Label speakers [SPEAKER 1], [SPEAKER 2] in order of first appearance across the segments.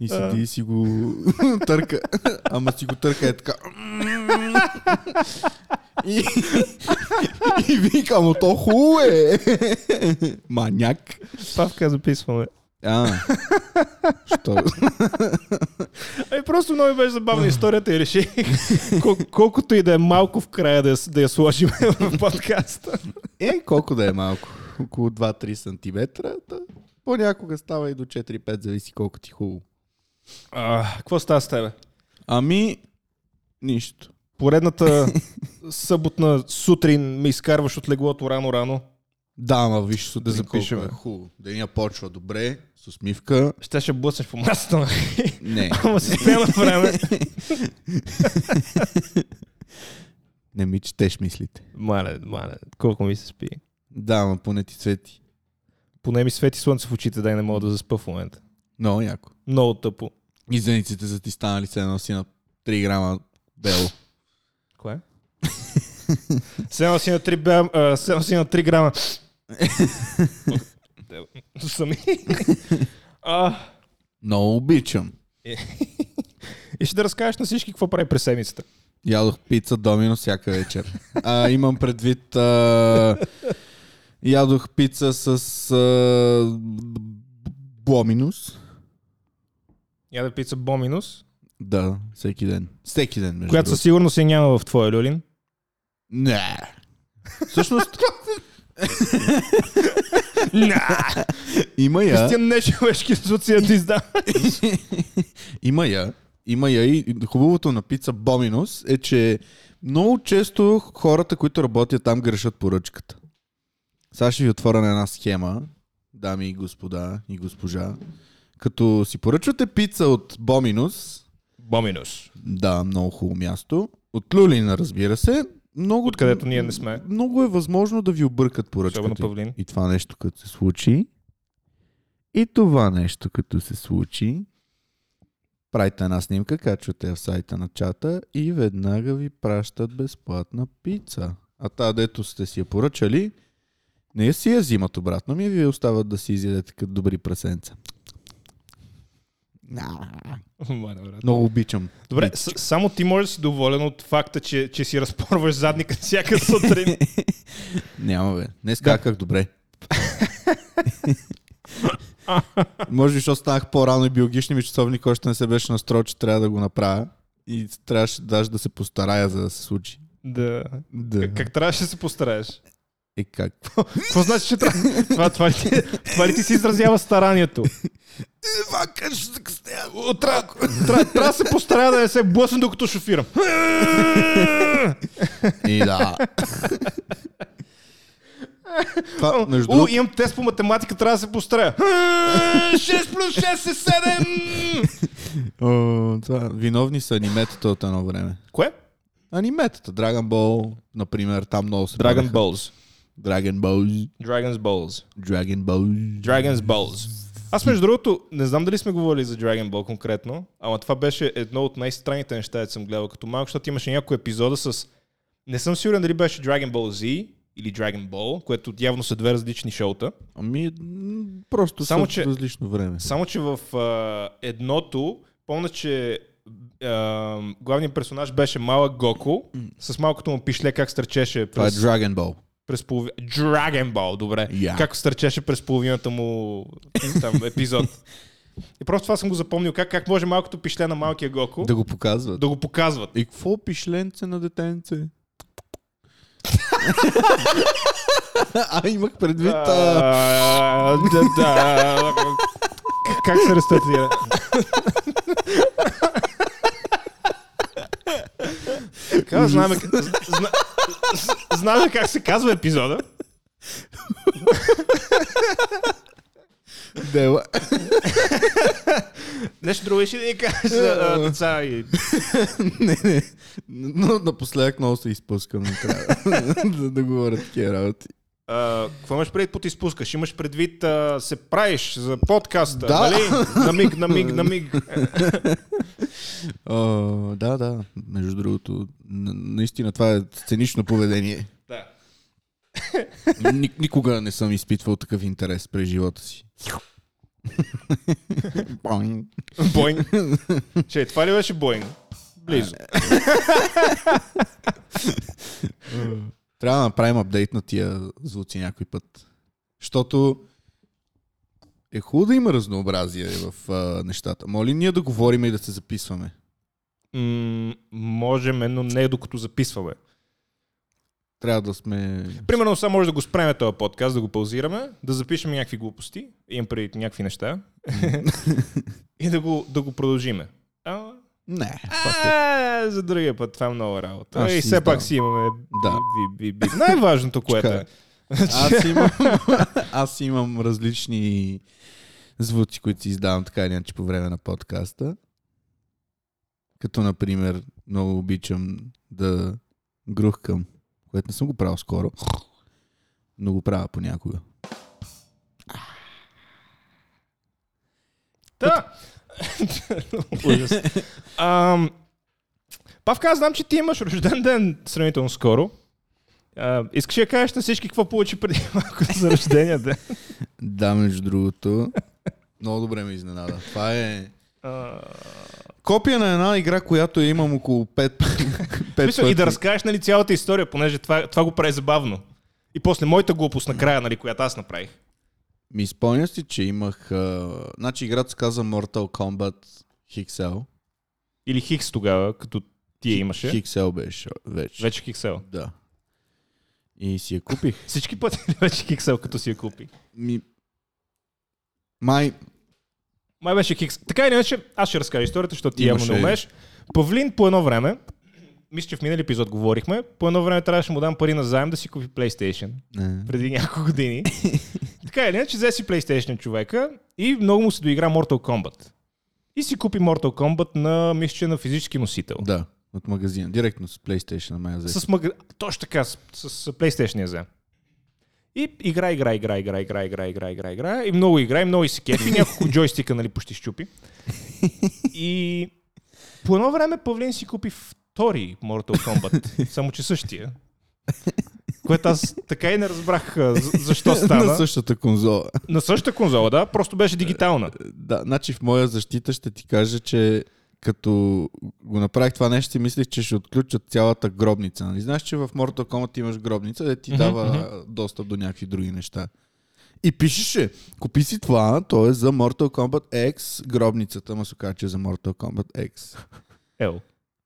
[SPEAKER 1] И седи и си го търка. Ама си го търка е така. И, и вика, му то хубаво е. Маняк.
[SPEAKER 2] Павка записваме.
[SPEAKER 1] А, що?
[SPEAKER 2] Ами просто много ми беше забавна историята и реших кол- колкото и да е малко в края да, я с- да я сложим в подкаста.
[SPEAKER 1] Е, колко да е малко? Около 2-3 см. Да. Понякога става и до 4-5, зависи колко ти е хубаво.
[SPEAKER 2] А, какво става с тебе?
[SPEAKER 1] Ами, нищо.
[SPEAKER 2] Поредната съботна сутрин ме изкарваш от леглото рано-рано.
[SPEAKER 1] Да, ама виж сутрин
[SPEAKER 2] запишеме.
[SPEAKER 1] колко е Хубаво. Деня почва добре, с усмивка.
[SPEAKER 2] Ще ще блъснеш по масата.
[SPEAKER 1] Не,
[SPEAKER 2] Ама си спря на време.
[SPEAKER 1] не ми четеш мислите.
[SPEAKER 2] Мале, мале, колко ми се спи.
[SPEAKER 1] Да, ама поне ти цвети.
[SPEAKER 2] Поне ми свети слънце в очите, дай не мога да заспа в момента.
[SPEAKER 1] Много яко.
[SPEAKER 2] Много тъпо.
[SPEAKER 1] И зениците са ти станали се едно си на 3 грама бело.
[SPEAKER 2] Кое? Седнал си на 3, бям, а, седнал си на 3 грама. Сами. а,
[SPEAKER 1] Много обичам.
[SPEAKER 2] и ще да разкажеш на всички какво прави през седмицата.
[SPEAKER 1] Ядох пица домино всяка вечер. А, имам предвид... А, ядох пица с... А, боминус.
[SPEAKER 2] Яда пица Боминус,
[SPEAKER 1] Да, всеки ден. Всеки ден, между
[SPEAKER 2] която със сигурност я няма в твоя люлин.
[SPEAKER 1] Не. Всъщност... Има я.
[SPEAKER 2] Кристиан Нечовешки асоция ти издава.
[SPEAKER 1] Има я. Има я и хубавото на пица Боминус е, че много често хората, които работят там, грешат поръчката. Сега ще ви отворя на една схема, дами и господа и госпожа. Като си поръчвате пица от Боминус,
[SPEAKER 2] Боминус.
[SPEAKER 1] да, много хубаво място, от Люлин, разбира се, много,
[SPEAKER 2] Откъдето ние не сме.
[SPEAKER 1] много е възможно да ви объркат
[SPEAKER 2] Особено
[SPEAKER 1] поръчката.
[SPEAKER 2] Павлин.
[SPEAKER 1] И това нещо като се случи, и това нещо като се случи, правите една снимка, качвате я в сайта на чата и веднага ви пращат безплатна пица. А та, дето сте си я поръчали, не я си я взимат обратно ми и ви остават да си изядете като добри пресенца.
[SPEAKER 2] Мале, брат.
[SPEAKER 1] Много обичам.
[SPEAKER 2] Добре, с- само ти можеш да си доволен от факта, че, че си разпорваш задника всяка сутрин.
[SPEAKER 1] Няма бе. Днес скаках добре. Може би, защото станах по-рано и биологични ми часовник още не се беше настроил, че трябва да го направя. И трябваше даже да се постарая, за да се случи.
[SPEAKER 2] да.
[SPEAKER 1] Да.
[SPEAKER 2] Как, как трябваше да се постараеш?
[SPEAKER 1] Е, как?
[SPEAKER 2] Какво значи, че трябва? Това, това, ли, ти- това ли ти си изразява старанието? Е,
[SPEAKER 1] Вака, ще закъсня.
[SPEAKER 2] Трябва, трябва да се постарая да не се блъсна, докато шофирам.
[SPEAKER 1] И Е, да. Това, между
[SPEAKER 2] О,
[SPEAKER 1] другото,
[SPEAKER 2] имам тест по математика, трябва да се постарая. 6 плюс 6 е 7!
[SPEAKER 1] о, това, виновни са аниметата от едно време.
[SPEAKER 2] Кое?
[SPEAKER 1] Аниметата, Dragon Ball, например, там много се
[SPEAKER 2] Dragon
[SPEAKER 1] падаха.
[SPEAKER 2] Balls.
[SPEAKER 1] Dragon Ball,
[SPEAKER 2] Dragon's Balls.
[SPEAKER 1] Dragon Ball.
[SPEAKER 2] Dragon's Balls. Аз между другото, не знам дали сме говорили за Dragon Ball конкретно, ама това беше едно от най-странните неща, които съм гледал като малко, защото имаше някои епизода с... Не съм сигурен дали беше Dragon Ball Z или Dragon Ball, което явно са две различни шоута.
[SPEAKER 1] Ами, м, просто
[SPEAKER 2] Само,
[SPEAKER 1] Само,
[SPEAKER 2] че-
[SPEAKER 1] че... различно време.
[SPEAKER 2] Само, че в а, едното, помня, че а, главният персонаж беше малък Гоко, с малкото му пишле как стърчеше
[SPEAKER 1] Това е
[SPEAKER 2] през,
[SPEAKER 1] Dragon Ball.
[SPEAKER 2] през полови... Dragon Ball, добре.
[SPEAKER 1] Я.
[SPEAKER 2] Как стърчеше през половината му там, епизод. И просто това съм го запомнил, как, как може малкото пишле на малкия Гоко да,
[SPEAKER 1] Да го показват.
[SPEAKER 2] го показват.
[SPEAKER 1] И какво пишленце на детенце? а, имах предвид... А...
[SPEAKER 2] А, да, да. Как се рестартира? Така, знаем, зна, з- знаем как се казва епизода.
[SPEAKER 1] Дела.
[SPEAKER 2] Нещо друго ще да ни кажеш за а, деца и...
[SPEAKER 1] не, не. Но напоследък много се изпускам. Не трябва да, да говоря такива работи.
[SPEAKER 2] А, какво имаш предвид под изпускаш? Имаш предвид а, се правиш за подкаста,
[SPEAKER 1] Да.
[SPEAKER 2] нали? На миг, на миг, на миг.
[SPEAKER 1] О, да, да. Между другото, на- наистина това е сценично поведение.
[SPEAKER 2] Да.
[SPEAKER 1] Ник- никога не съм изпитвал такъв интерес през живота си. Боинг.
[SPEAKER 2] Боинг. Че, това ли беше Боинг? Близо.
[SPEAKER 1] Трябва да направим апдейт на тия звуци някой път. Защото е хубаво да има разнообразие в а, нещата. Моли ние да говорим и да се записваме.
[SPEAKER 2] е. М, можем, но не докато записваме.
[SPEAKER 1] Трябва да сме...
[SPEAKER 2] Примерно сега може да го спреме този подкаст, да го паузираме, да запишем някакви глупости, имам преди някакви неща, и да го, да го продължиме. А,
[SPEAKER 1] Не.
[SPEAKER 2] а, за другия път това е много работа.
[SPEAKER 1] Аз
[SPEAKER 2] и
[SPEAKER 1] си
[SPEAKER 2] все пак
[SPEAKER 1] издавам.
[SPEAKER 2] си имаме
[SPEAKER 1] Да.
[SPEAKER 2] би, би, би, би. най-важното, което е.
[SPEAKER 1] Чакай. Аз имам, аз имам различни звуци, които си издавам така или иначе по време на подкаста. Като, например, много обичам да грухкам, което не съм го правил скоро, но го правя понякога.
[SPEAKER 2] Да. Ужас. Ам, Павка, аз знам, че ти имаш рожден ден сравнително скоро. А, искаш ли да кажеш на всички какво получи преди малко за рождения ден?
[SPEAKER 1] Да, между другото, много добре ме изненада. Това е
[SPEAKER 2] А,
[SPEAKER 1] копия на една игра, която я имам около 5
[SPEAKER 2] в смисъл, и да
[SPEAKER 1] пъти.
[SPEAKER 2] разкажеш нали, цялата история, понеже това, това го прави забавно. И после моята глупост накрая, нали, която аз направих.
[SPEAKER 1] Ми спомням си, че имах... А... Значи играта се казва Mortal Kombat XL.
[SPEAKER 2] Или Хикс тогава, като ти я имаше.
[SPEAKER 1] XL беше вече.
[SPEAKER 2] Вече Хиксел.
[SPEAKER 1] Да. И си я купих.
[SPEAKER 2] Всички пъти ли вече Хиксел, като си я купи?
[SPEAKER 1] Ми... Май...
[SPEAKER 2] Май беше Хикс. Така или иначе, аз ще разкажа историята, защото ти явно
[SPEAKER 1] Имаше-
[SPEAKER 2] не умееш. Павлин по едно време, мисля, че в минали епизод говорихме, по едно време трябваше да му дам пари на заем да си купи PlayStation
[SPEAKER 1] Не.
[SPEAKER 2] преди няколко години. така или иначе, взе си PlayStation човека и много му се доигра Mortal Kombat. И си купи Mortal Kombat на, мисля, че на физически носител.
[SPEAKER 1] Да. От магазина. Директно с PlayStation на мая
[SPEAKER 2] С мага... Точно така, с, с, с PlayStation я взе. И игра, игра, игра, игра, игра, игра, игра, игра, игра. И много игра, и много и се кефи. Няколко джойстика, нали, почти щупи. И по едно време Павлин си купи втори Mortal Kombat. Само, че същия. Което аз така и не разбрах а, за- защо
[SPEAKER 1] На
[SPEAKER 2] стана.
[SPEAKER 1] същата конзола.
[SPEAKER 2] На същата конзола, да, просто беше дигитална.
[SPEAKER 1] Да, значи в моя защита ще ти кажа, че като го направих това нещо, си мислих, че ще отключат цялата гробница. Нали? Знаеш, че в Mortal Kombat имаш гробница, да ти
[SPEAKER 2] Мгм,
[SPEAKER 1] дава достъп до някакви други неща. И пишеше, купи си това, то е за Mortal Kombat X, гробницата, ма се оказа, че е за Mortal Kombat X.
[SPEAKER 2] Ел.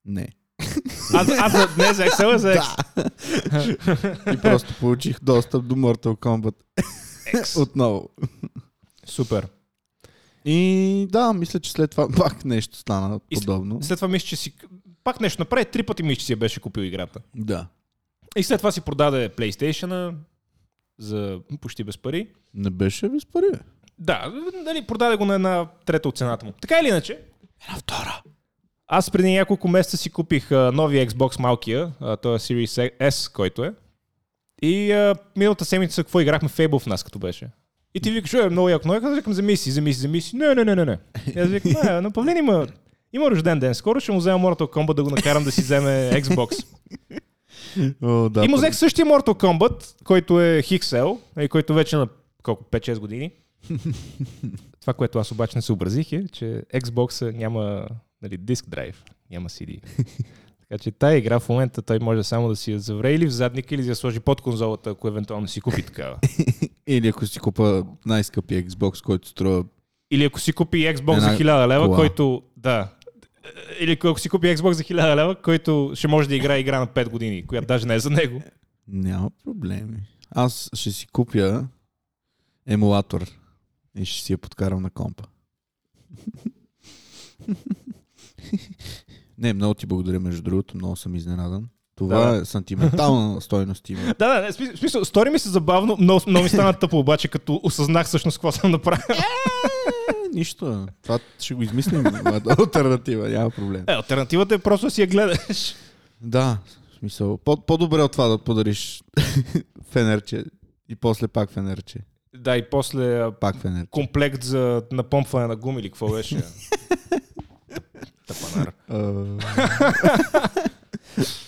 [SPEAKER 1] Не.
[SPEAKER 2] А, за- а за, не за Excel, а за X.
[SPEAKER 1] И просто получих достъп до Mortal Kombat
[SPEAKER 2] X.
[SPEAKER 1] отново.
[SPEAKER 2] Супер.
[SPEAKER 1] И да, мисля, че след това пак нещо стана
[SPEAKER 2] И с-
[SPEAKER 1] подобно.
[SPEAKER 2] След това мисля, че си... Пак нещо направи, три пъти мисля, че си я беше купил играта.
[SPEAKER 1] Да.
[SPEAKER 2] И след това си продаде PlayStation за почти без пари.
[SPEAKER 1] Не беше без пари. бе.
[SPEAKER 2] Да, нали, продаде го на една трета от цената му. Така или иначе. Една втора. Аз преди няколко месеца си купих а, нови Xbox малкия, а, той е Series S, който е. И а, миналата седмица какво играхме Fable в нас, като беше. И ти викаш, е много яко, но аз викам, вземи си, вземи си, вземи си. Не, не, не, не, не. И аз викам, не, но Павлин има, има рожден ден, скоро ще му взема Mortal Kombat да го накарам да си вземе Xbox.
[SPEAKER 1] О, да,
[SPEAKER 2] И му
[SPEAKER 1] пък-
[SPEAKER 2] взех същия Mortal Kombat, който е Хиксел, и който вече на колко, 5-6 години. Това, което аз обаче не съобразих е, че Xbox няма нали, диск драйв, няма CD. Така че тая игра в момента той може само да си я завре или в задника, или да я сложи под конзолата, ако евентуално си купи такава.
[SPEAKER 1] Или ако си купа най-скъпия Xbox, който струва...
[SPEAKER 2] Или ако си купи Xbox
[SPEAKER 1] Една
[SPEAKER 2] за 1000 лева,
[SPEAKER 1] кола.
[SPEAKER 2] който... Да. Или ако си купи Xbox за 1000 лева, който ще може да играе игра на 5 години, която даже не е за него.
[SPEAKER 1] Няма проблеми. Аз ще си купя емулатор и ще си я подкарам на компа. Не, много ти благодаря, между другото. Много съм изненадан. Това
[SPEAKER 2] Да.
[SPEAKER 1] е сантиментална стойност има.
[SPEAKER 2] Да, да, не, в смисъл- в смисъл, стори ми се забавно, но много ми стана тъпо, обаче като осъзнах всъщност какво съм направил.
[SPEAKER 1] Е, Нищо. Това ще го измислим. Моята Алтернатива, няма проблем.
[SPEAKER 2] Е, альтернативата е просто да си я гледаш.
[SPEAKER 1] Да, в смисъл. По- по-добре от това да подариш фенерче и после пак фенерче.
[SPEAKER 2] Да, и после а,
[SPEAKER 1] Пак фенерче.
[SPEAKER 2] комплект за напомпване на гуми или какво беше. Тъпанар.
[SPEAKER 1] А.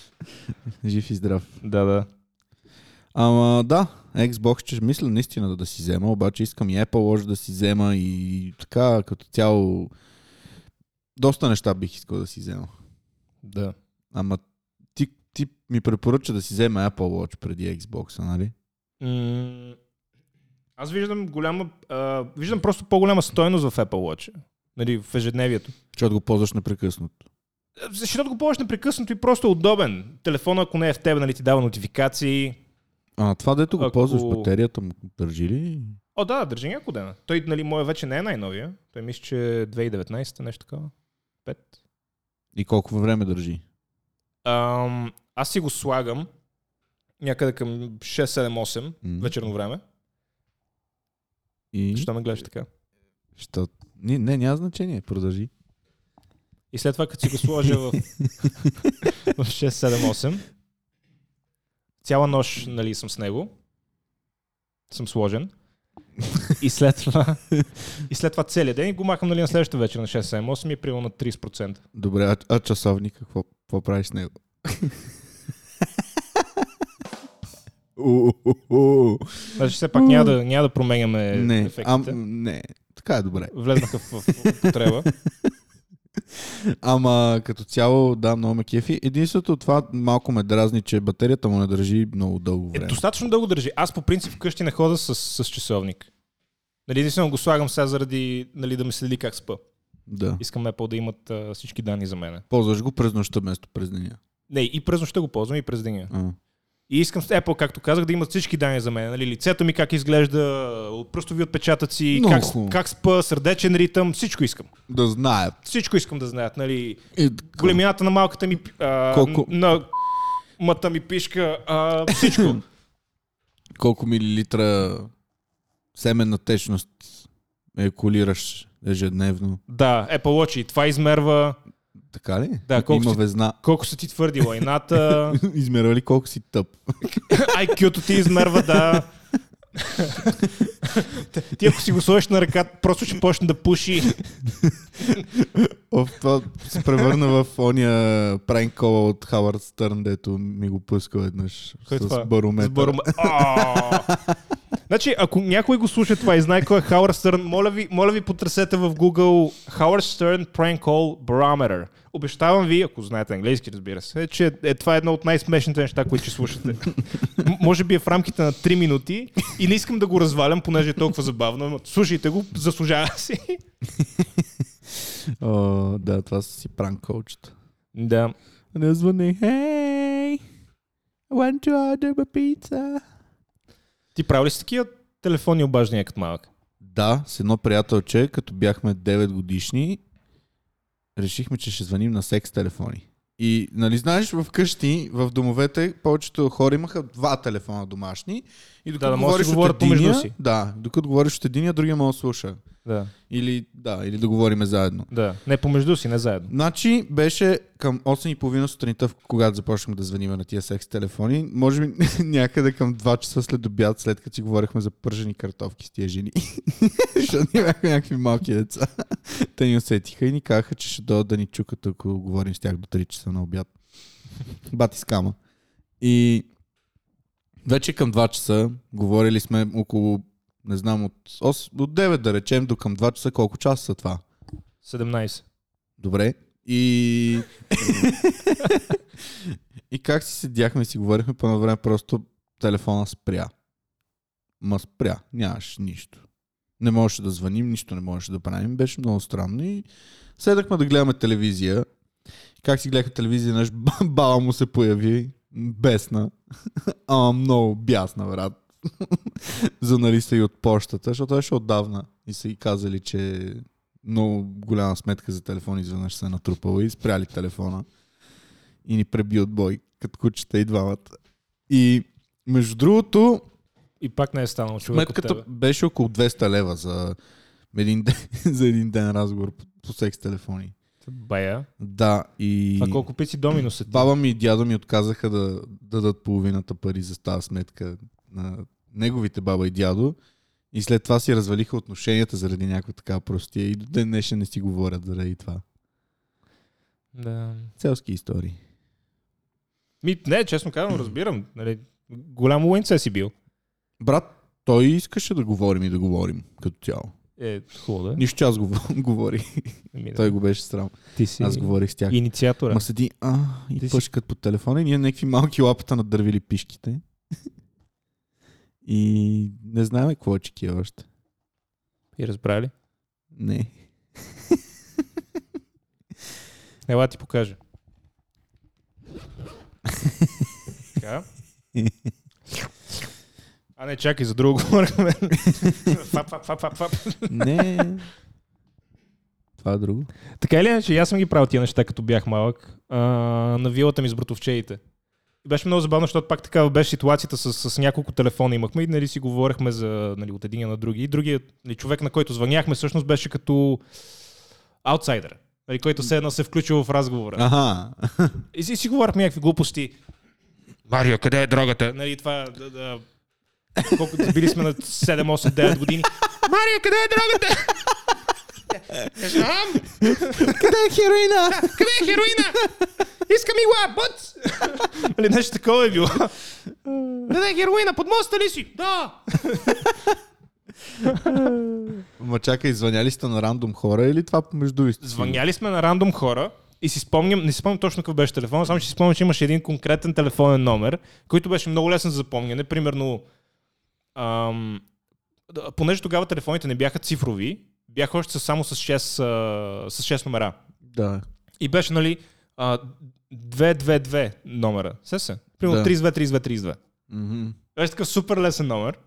[SPEAKER 1] Жив и здрав.
[SPEAKER 2] Да, да.
[SPEAKER 1] Ама да, Xbox ще мисля наистина да, да си взема, обаче искам и Apple Watch да си взема и така като цяло доста неща бих искал да си взема.
[SPEAKER 2] Да.
[SPEAKER 1] Ама ти, ти ми препоръча да си взема Apple Watch преди Xbox, нали?
[SPEAKER 2] М, Аз виждам голяма... А, виждам просто по-голяма стойност в Apple Watch. Нали, в ежедневието.
[SPEAKER 1] Защото го ползваш непрекъснато.
[SPEAKER 2] Защото го ползваш непрекъснато и просто е удобен. Телефона, ако не е в теб, нали, ти дава нотификации.
[SPEAKER 1] А на това, дето го
[SPEAKER 2] Ако-
[SPEAKER 1] ползваш, батерията му държи ли?
[SPEAKER 2] О, да, държи няколко дена. Той, нали, моя вече не е най-новия. Той мисля, че е 2019 нещо такова. Пет.
[SPEAKER 1] И колко време държи?
[SPEAKER 2] Ам, аз си го слагам някъде към 6-7-8
[SPEAKER 1] М.
[SPEAKER 2] вечерно време.
[SPEAKER 1] И...
[SPEAKER 2] Защо ме гледаш така?
[SPEAKER 1] Що? Не, не, няма значение. Продължи.
[SPEAKER 2] И след това, като си го сложа в, в 6-7-8, цяла нощ нали, съм с него. Съм сложен. И след това, и след това целият ден и го махам нали, на следващата вечер на 6-7-8 и е примерно на 30%.
[SPEAKER 1] Добре, а, а часовник, какво, какво правиш с него? У-у-у-у.
[SPEAKER 2] Значи все пак няма да, няма да променяме
[SPEAKER 1] не, ам,
[SPEAKER 2] Е, ефектите.
[SPEAKER 1] не, така е добре.
[SPEAKER 2] Влезнаха в, в употреба.
[SPEAKER 1] Ама като цяло, да, много ме кефи. Единственото това малко ме дразни, че батерията му не държи много дълго
[SPEAKER 2] Е,
[SPEAKER 1] време.
[SPEAKER 2] достатъчно дълго държи. Аз по принцип вкъщи не хода с, с часовник. Нали, единствено го слагам сега заради нали, да ми следи как спа.
[SPEAKER 1] Да.
[SPEAKER 2] Искам Apple да имат а, всички данни за мене.
[SPEAKER 1] Ползваш го през нощта вместо през деня.
[SPEAKER 2] Не, и през нощта го ползвам, и през деня.
[SPEAKER 1] А.
[SPEAKER 2] И искам с Apple, както казах, да имат всички данни за мен. Нали, лицето ми как изглежда, пръстови отпечатъци,
[SPEAKER 1] Много
[SPEAKER 2] как,
[SPEAKER 1] хубаво.
[SPEAKER 2] как спа, сърдечен ритъм, всичко искам.
[SPEAKER 1] Да Е, знаят.
[SPEAKER 2] Всичко искам да знаят. Нали,
[SPEAKER 1] И, така.
[SPEAKER 2] големината на малката ми... А,
[SPEAKER 1] Колко-
[SPEAKER 2] На мата ми пишка, а, всичко.
[SPEAKER 1] Колко милилитра семенна течност екулираш ежедневно.
[SPEAKER 2] да, Apple Watch и това измерва.
[SPEAKER 1] Така ли?
[SPEAKER 2] Да, колко
[SPEAKER 1] Има
[SPEAKER 2] си-
[SPEAKER 1] везна.
[SPEAKER 2] Колко са ти твърди лайната,
[SPEAKER 1] Измерва ли колко си тъп?
[SPEAKER 2] IQ-то ти измерва, да. ти ако си го сложиш на ръката, просто ще почне да пуши.
[SPEAKER 1] Оф, това се превърна в ония пранк кола от Хавард Стърн, дето ми го пуска веднъж
[SPEAKER 2] Кой е
[SPEAKER 1] с
[SPEAKER 2] това?
[SPEAKER 1] барометър.
[SPEAKER 2] С баром... Ааа! значи, ако някой го слуша това и знае кой е Хауърд Стърн, моля ви, моля ви потърсете в Google Хауърд Стърн Prank Call Barometer. Обещавам ви, ако знаете английски, разбира се, че е, това е едно от най-смешните неща, които ще слушате. М- може би е в рамките на 3 минути и не искам да го развалям, понеже е толкова забавно. но Слушайте го, заслужава си.
[SPEAKER 1] О, да, това са си пранк колчета.
[SPEAKER 2] Да.
[SPEAKER 1] Не звъни, хей, I want to order a pizza.
[SPEAKER 2] Ти правил ли си такива телефонни обаждания като малък?
[SPEAKER 1] Да, с едно приятелче, като бяхме 9 годишни, решихме, че ще звъним на секс телефони. И, нали, знаеш, в къщи, в домовете, повечето хора имаха два телефона домашни. И докато
[SPEAKER 2] Да, да могат да си
[SPEAKER 1] говориш
[SPEAKER 2] говорят
[SPEAKER 1] от
[SPEAKER 2] помежду
[SPEAKER 1] единия,
[SPEAKER 2] си.
[SPEAKER 1] да, докато говориш от единия, другия мога да слуша.
[SPEAKER 2] Да.
[SPEAKER 1] Или, да, или да говориме заедно.
[SPEAKER 2] Да. Не помежду си, не заедно.
[SPEAKER 1] Значи беше към 8.30 сутринта, в- когато започнахме да звъним на тия секс телефони. Може би някъде към 2 часа след обяд, след като си говорихме за пържени картофки с тия жени. Защото ние бяхме някакви малки деца. Те ни усетиха и ни казаха, че ще дойдат да ни чукат, ако говорим с тях до 3 часа на обяд. Бати с кама. И вече към 2 часа говорили сме около, не знам, от, 8, от 9 да речем до към 2 часа, колко часа са това?
[SPEAKER 2] 17.
[SPEAKER 1] Добре. И... и как си седяхме и си говорихме по едно време, просто телефона спря. Ма спря. Нямаш нищо. Не можеше да звъним, нищо не можеше да правим. Беше много странно и седахме да гледаме телевизия. Как си гледах телевизия, наш баба му се появи. Бесна. Ама много бясна, брат. Занали се и от почтата, защото беше отдавна. И са и казали, че много голяма сметка за телефон изведнъж се е натрупала и спряли телефона и ни преби от бой, като кучета и двамата. И между другото,
[SPEAKER 2] И пак не е станал човек от
[SPEAKER 1] сметката
[SPEAKER 2] тебе.
[SPEAKER 1] беше около 200 лева за един ден, за един ден разговор по, по секс телефони.
[SPEAKER 2] Бая.
[SPEAKER 1] Да, и
[SPEAKER 2] А колко пици домино са ти?
[SPEAKER 1] баба ми и дядо ми отказаха да дадат половината пари за тази сметка на неговите баба и дядо. И след това си развалиха отношенията заради някаква така простия и до ден днешен не си говорят заради това.
[SPEAKER 2] Да.
[SPEAKER 1] Целски истории.
[SPEAKER 2] Ми, не, честно казвам, разбирам. Нали, голям уинце си бил.
[SPEAKER 1] Брат, той искаше да говорим и да говорим като цяло.
[SPEAKER 2] Е, хубаво да е.
[SPEAKER 1] Нищо, че аз го говорих.
[SPEAKER 2] Ами да.
[SPEAKER 1] Той го беше срам.
[SPEAKER 2] Ти си
[SPEAKER 1] Аз говорих с тях.
[SPEAKER 2] инициатора.
[SPEAKER 1] Ма седи, а, и
[SPEAKER 2] Ти си-
[SPEAKER 1] пъшкат по телефона и ние някакви малки лапата надървили пишките. и не знаем какво чеки още.
[SPEAKER 2] И разбрали.
[SPEAKER 1] Не.
[SPEAKER 2] Ела ти покажа.
[SPEAKER 3] Така. А не, чакай, за друго говорихме. фап, фап, фап, фап, фап.
[SPEAKER 1] Не. Това е друго.
[SPEAKER 2] Така или иначе, и аз съм ги правил тия неща, като бях малък. А, на вилата ми с братовчеите. И беше много забавно, защото пак такава беше ситуацията с, с няколко телефона имахме и нали си говорихме за, нали, от един на други. И другият нали, човек, на който звъняхме, всъщност беше като аутсайдер. Нали, който все едно се включил в разговора.
[SPEAKER 1] Аха.
[SPEAKER 2] И си, си говорихме някакви глупости. Марио, къде е дрогата? Нали, това... Да, да, колко били сме на 7, 8, 9 години. Марио, къде е дрогата? Не знам.
[SPEAKER 1] Къде е хероина?
[SPEAKER 2] Къде е хероина? Искам игла, бъц! Или нещо такова е било. Къде е хероина? Под моста ли си? Да!
[SPEAKER 1] Ма чакай, звъняли сте на рандом хора или това помежду ви? сте си?
[SPEAKER 2] Звъняли сме на рандом хора и си спомням, не си спомням точно какъв беше телефон, само че си спомням, че имаше един конкретен телефонен номер, който беше много лесен за запомняне. Примерно, ам, да, понеже тогава телефоните не бяха цифрови, бяха още с- само с 6, а, с 6 номера.
[SPEAKER 1] Да.
[SPEAKER 2] И беше, нали, а, 222 номера. Се се? Примерно
[SPEAKER 1] Да.
[SPEAKER 2] 32, 32, 32.
[SPEAKER 1] Мгм.
[SPEAKER 2] Беше такъв супер лесен номер.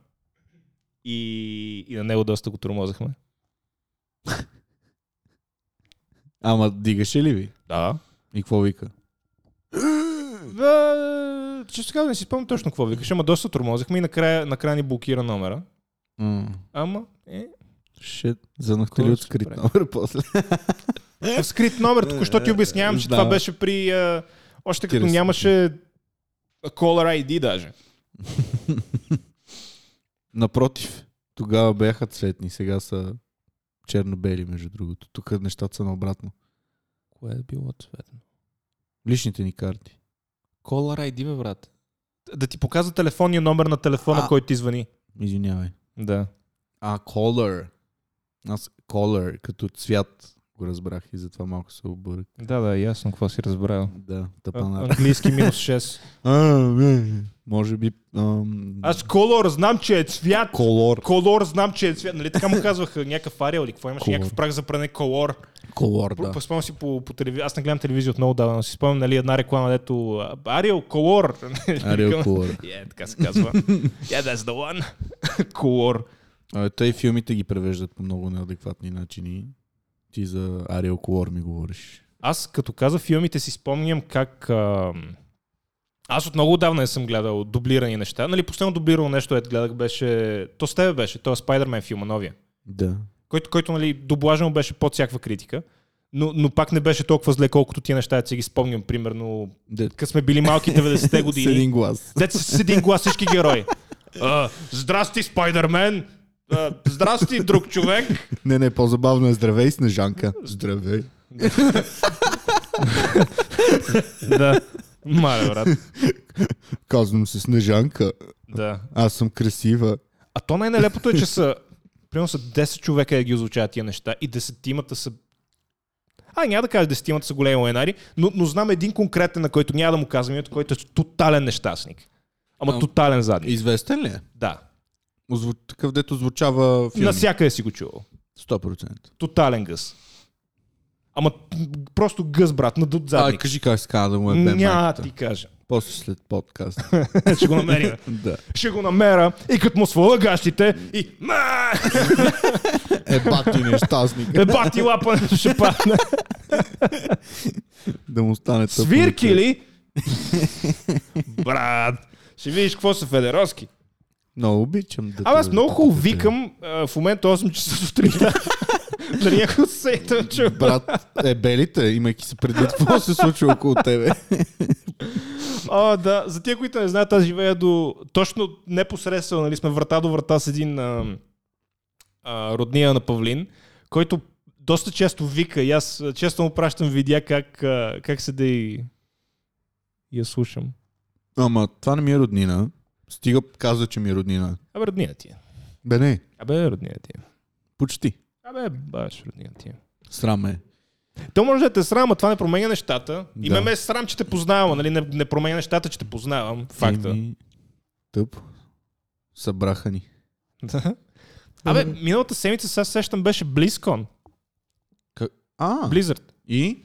[SPEAKER 2] И, и на него доста го тормозахме.
[SPEAKER 1] Ама дигаше ли ви?
[SPEAKER 2] Да.
[SPEAKER 1] И какво вика?
[SPEAKER 2] Да, често казвам, не си спомням точно какво викаш, ама доста тормозихме и накрая, накрая ни блокира номера.
[SPEAKER 1] М,
[SPEAKER 2] Ама, е.
[SPEAKER 1] Шит. Занахте ли
[SPEAKER 2] Какво
[SPEAKER 1] от
[SPEAKER 2] ще
[SPEAKER 1] скрит
[SPEAKER 2] правим?
[SPEAKER 1] номер после?
[SPEAKER 2] в Скрит номер, току-що ти обяснявам, че
[SPEAKER 1] Да.
[SPEAKER 2] това беше при... а, още като
[SPEAKER 1] 40.
[SPEAKER 2] нямаше Caller ID даже.
[SPEAKER 1] Напротив, тогава бяха цветни, сега са черно-бели, между другото. Тук нещата са наобратно.
[SPEAKER 2] Кое е било цветно?
[SPEAKER 1] Личните ни карти.
[SPEAKER 2] Caller ID, бе, брат. Да ти показва телефонния номер на телефона,
[SPEAKER 1] А.
[SPEAKER 2] който ти звъни.
[SPEAKER 1] Извинявай.
[SPEAKER 2] Да.
[SPEAKER 1] А, color. Аз color, като цвят го разбрах и затова малко се обърк.
[SPEAKER 2] Да, да, ясно, какво си разбрал.
[SPEAKER 1] Да,
[SPEAKER 2] А,
[SPEAKER 1] тъпанар.
[SPEAKER 2] английски минус 6.
[SPEAKER 1] А, бе, може би... ам,
[SPEAKER 2] Аз колор знам, че е цвят.
[SPEAKER 1] Колор.
[SPEAKER 2] Колор знам, че е цвят. Нали така му казваха някакъв ариел или какво имаше?
[SPEAKER 1] Колор.
[SPEAKER 2] Някакъв прах за пране колор.
[SPEAKER 1] Колор, да.
[SPEAKER 2] Да. Спомням си по, по телевизия. Аз не гледам телевизия от много давно. но Си спомням нали, една реклама, дето а, Ариел Колор.
[SPEAKER 1] Арио колор.
[SPEAKER 2] Е, така се казва. Yeah, that's the one. Колор.
[SPEAKER 1] А, Тъй филмите ги превеждат по много неадекватни начини. Ти за Арио колор ми говориш.
[SPEAKER 2] Аз като каза филмите си спомням как... ам, Аз от много отдавна не съм гледал дублирани неща. Нали, последно дублирано нещо, ето гледах, беше... То с тебе беше, то е Spider-Man филма, новия.
[SPEAKER 1] Да.
[SPEAKER 2] който, който нали, доблажено беше под всякаква критика, но, но пак не беше толкова зле, колкото тия неща, да си ги спомням, примерно,
[SPEAKER 1] Де-
[SPEAKER 2] като сме били малки 90-те
[SPEAKER 1] С
[SPEAKER 2] години.
[SPEAKER 1] един глас.
[SPEAKER 2] Дете с един глас всички герои. А, здрасти, Спайдермен! А, здрасти, друг човек!
[SPEAKER 1] Не, не, по-забавно е здравей, Снежанка. Здравей.
[SPEAKER 2] Да. Мале, брат.
[SPEAKER 1] Казвам се Снежанка.
[SPEAKER 2] Да.
[SPEAKER 1] Аз съм красива.
[SPEAKER 2] А то най-нелепото е, че са, примерно са 10 човека да ги озвучават тия неща и десетимата са а, няма да кажа десетимата са големи лайнари, но, но знам един конкретен, на който няма да му казвам името, който е тотален нещастник. Ама
[SPEAKER 1] Ам.
[SPEAKER 2] тотален задник.
[SPEAKER 1] Известен ли е?
[SPEAKER 2] Да.
[SPEAKER 1] Озву... Такъв, дето звучава филм.
[SPEAKER 2] Насякъде си го чувал.
[SPEAKER 1] 100%.
[SPEAKER 2] Тотален гъс. Ама м, просто гъс, брат, на дуд
[SPEAKER 1] А,
[SPEAKER 2] задник.
[SPEAKER 1] кажи как се казва да му е бе
[SPEAKER 2] Няма да
[SPEAKER 1] майката.
[SPEAKER 2] ти кажа. Е,
[SPEAKER 1] После след подкаст.
[SPEAKER 2] Ще го намерим.
[SPEAKER 1] да.
[SPEAKER 2] Ще го намеря и като му сваля гащите и ма,
[SPEAKER 1] Е, бати нещастник.
[SPEAKER 2] е бати лапането ще падне.
[SPEAKER 1] да му стане тъпо.
[SPEAKER 2] Свирки ли? Брат, ще видиш какво са федероски.
[SPEAKER 1] Много обичам. Да
[SPEAKER 2] Абе, аз
[SPEAKER 1] те-
[SPEAKER 2] много
[SPEAKER 1] да
[SPEAKER 2] хубаво
[SPEAKER 1] те-
[SPEAKER 2] викам а, в момента 8 часа сутринта. Дали някой се сета, че...
[SPEAKER 1] Брат, е белите, имайки се предвид какво се случва около тебе.
[SPEAKER 2] А, да, за тия, които не знаят, аз живея до... Точно непосредствено, нали, сме врата до врата с един а, а, родния на Павлин, който доста често вика и аз а, често му пращам видя как, а, как седа и я слушам.
[SPEAKER 1] Ама това не ми е роднина. Стига каза, че ми е роднина.
[SPEAKER 2] Абе, роднина ти е.
[SPEAKER 1] Бе не,
[SPEAKER 2] Абе, роднина ти е.
[SPEAKER 1] почти.
[SPEAKER 2] Абе, баш, роднина ти е.
[SPEAKER 1] Срам е.
[SPEAKER 2] То може да те срам, а това не променя нещата. И
[SPEAKER 1] Да.
[SPEAKER 2] ме ме е срам, че те познавам, нали? Не, не променя нещата, че те познавам. Факта.
[SPEAKER 1] Еми, Тъп. Събраха ни.
[SPEAKER 2] Абе, миналата седмица, сега сещам, беше Близкон.
[SPEAKER 1] А,
[SPEAKER 2] Blizzard.
[SPEAKER 1] и?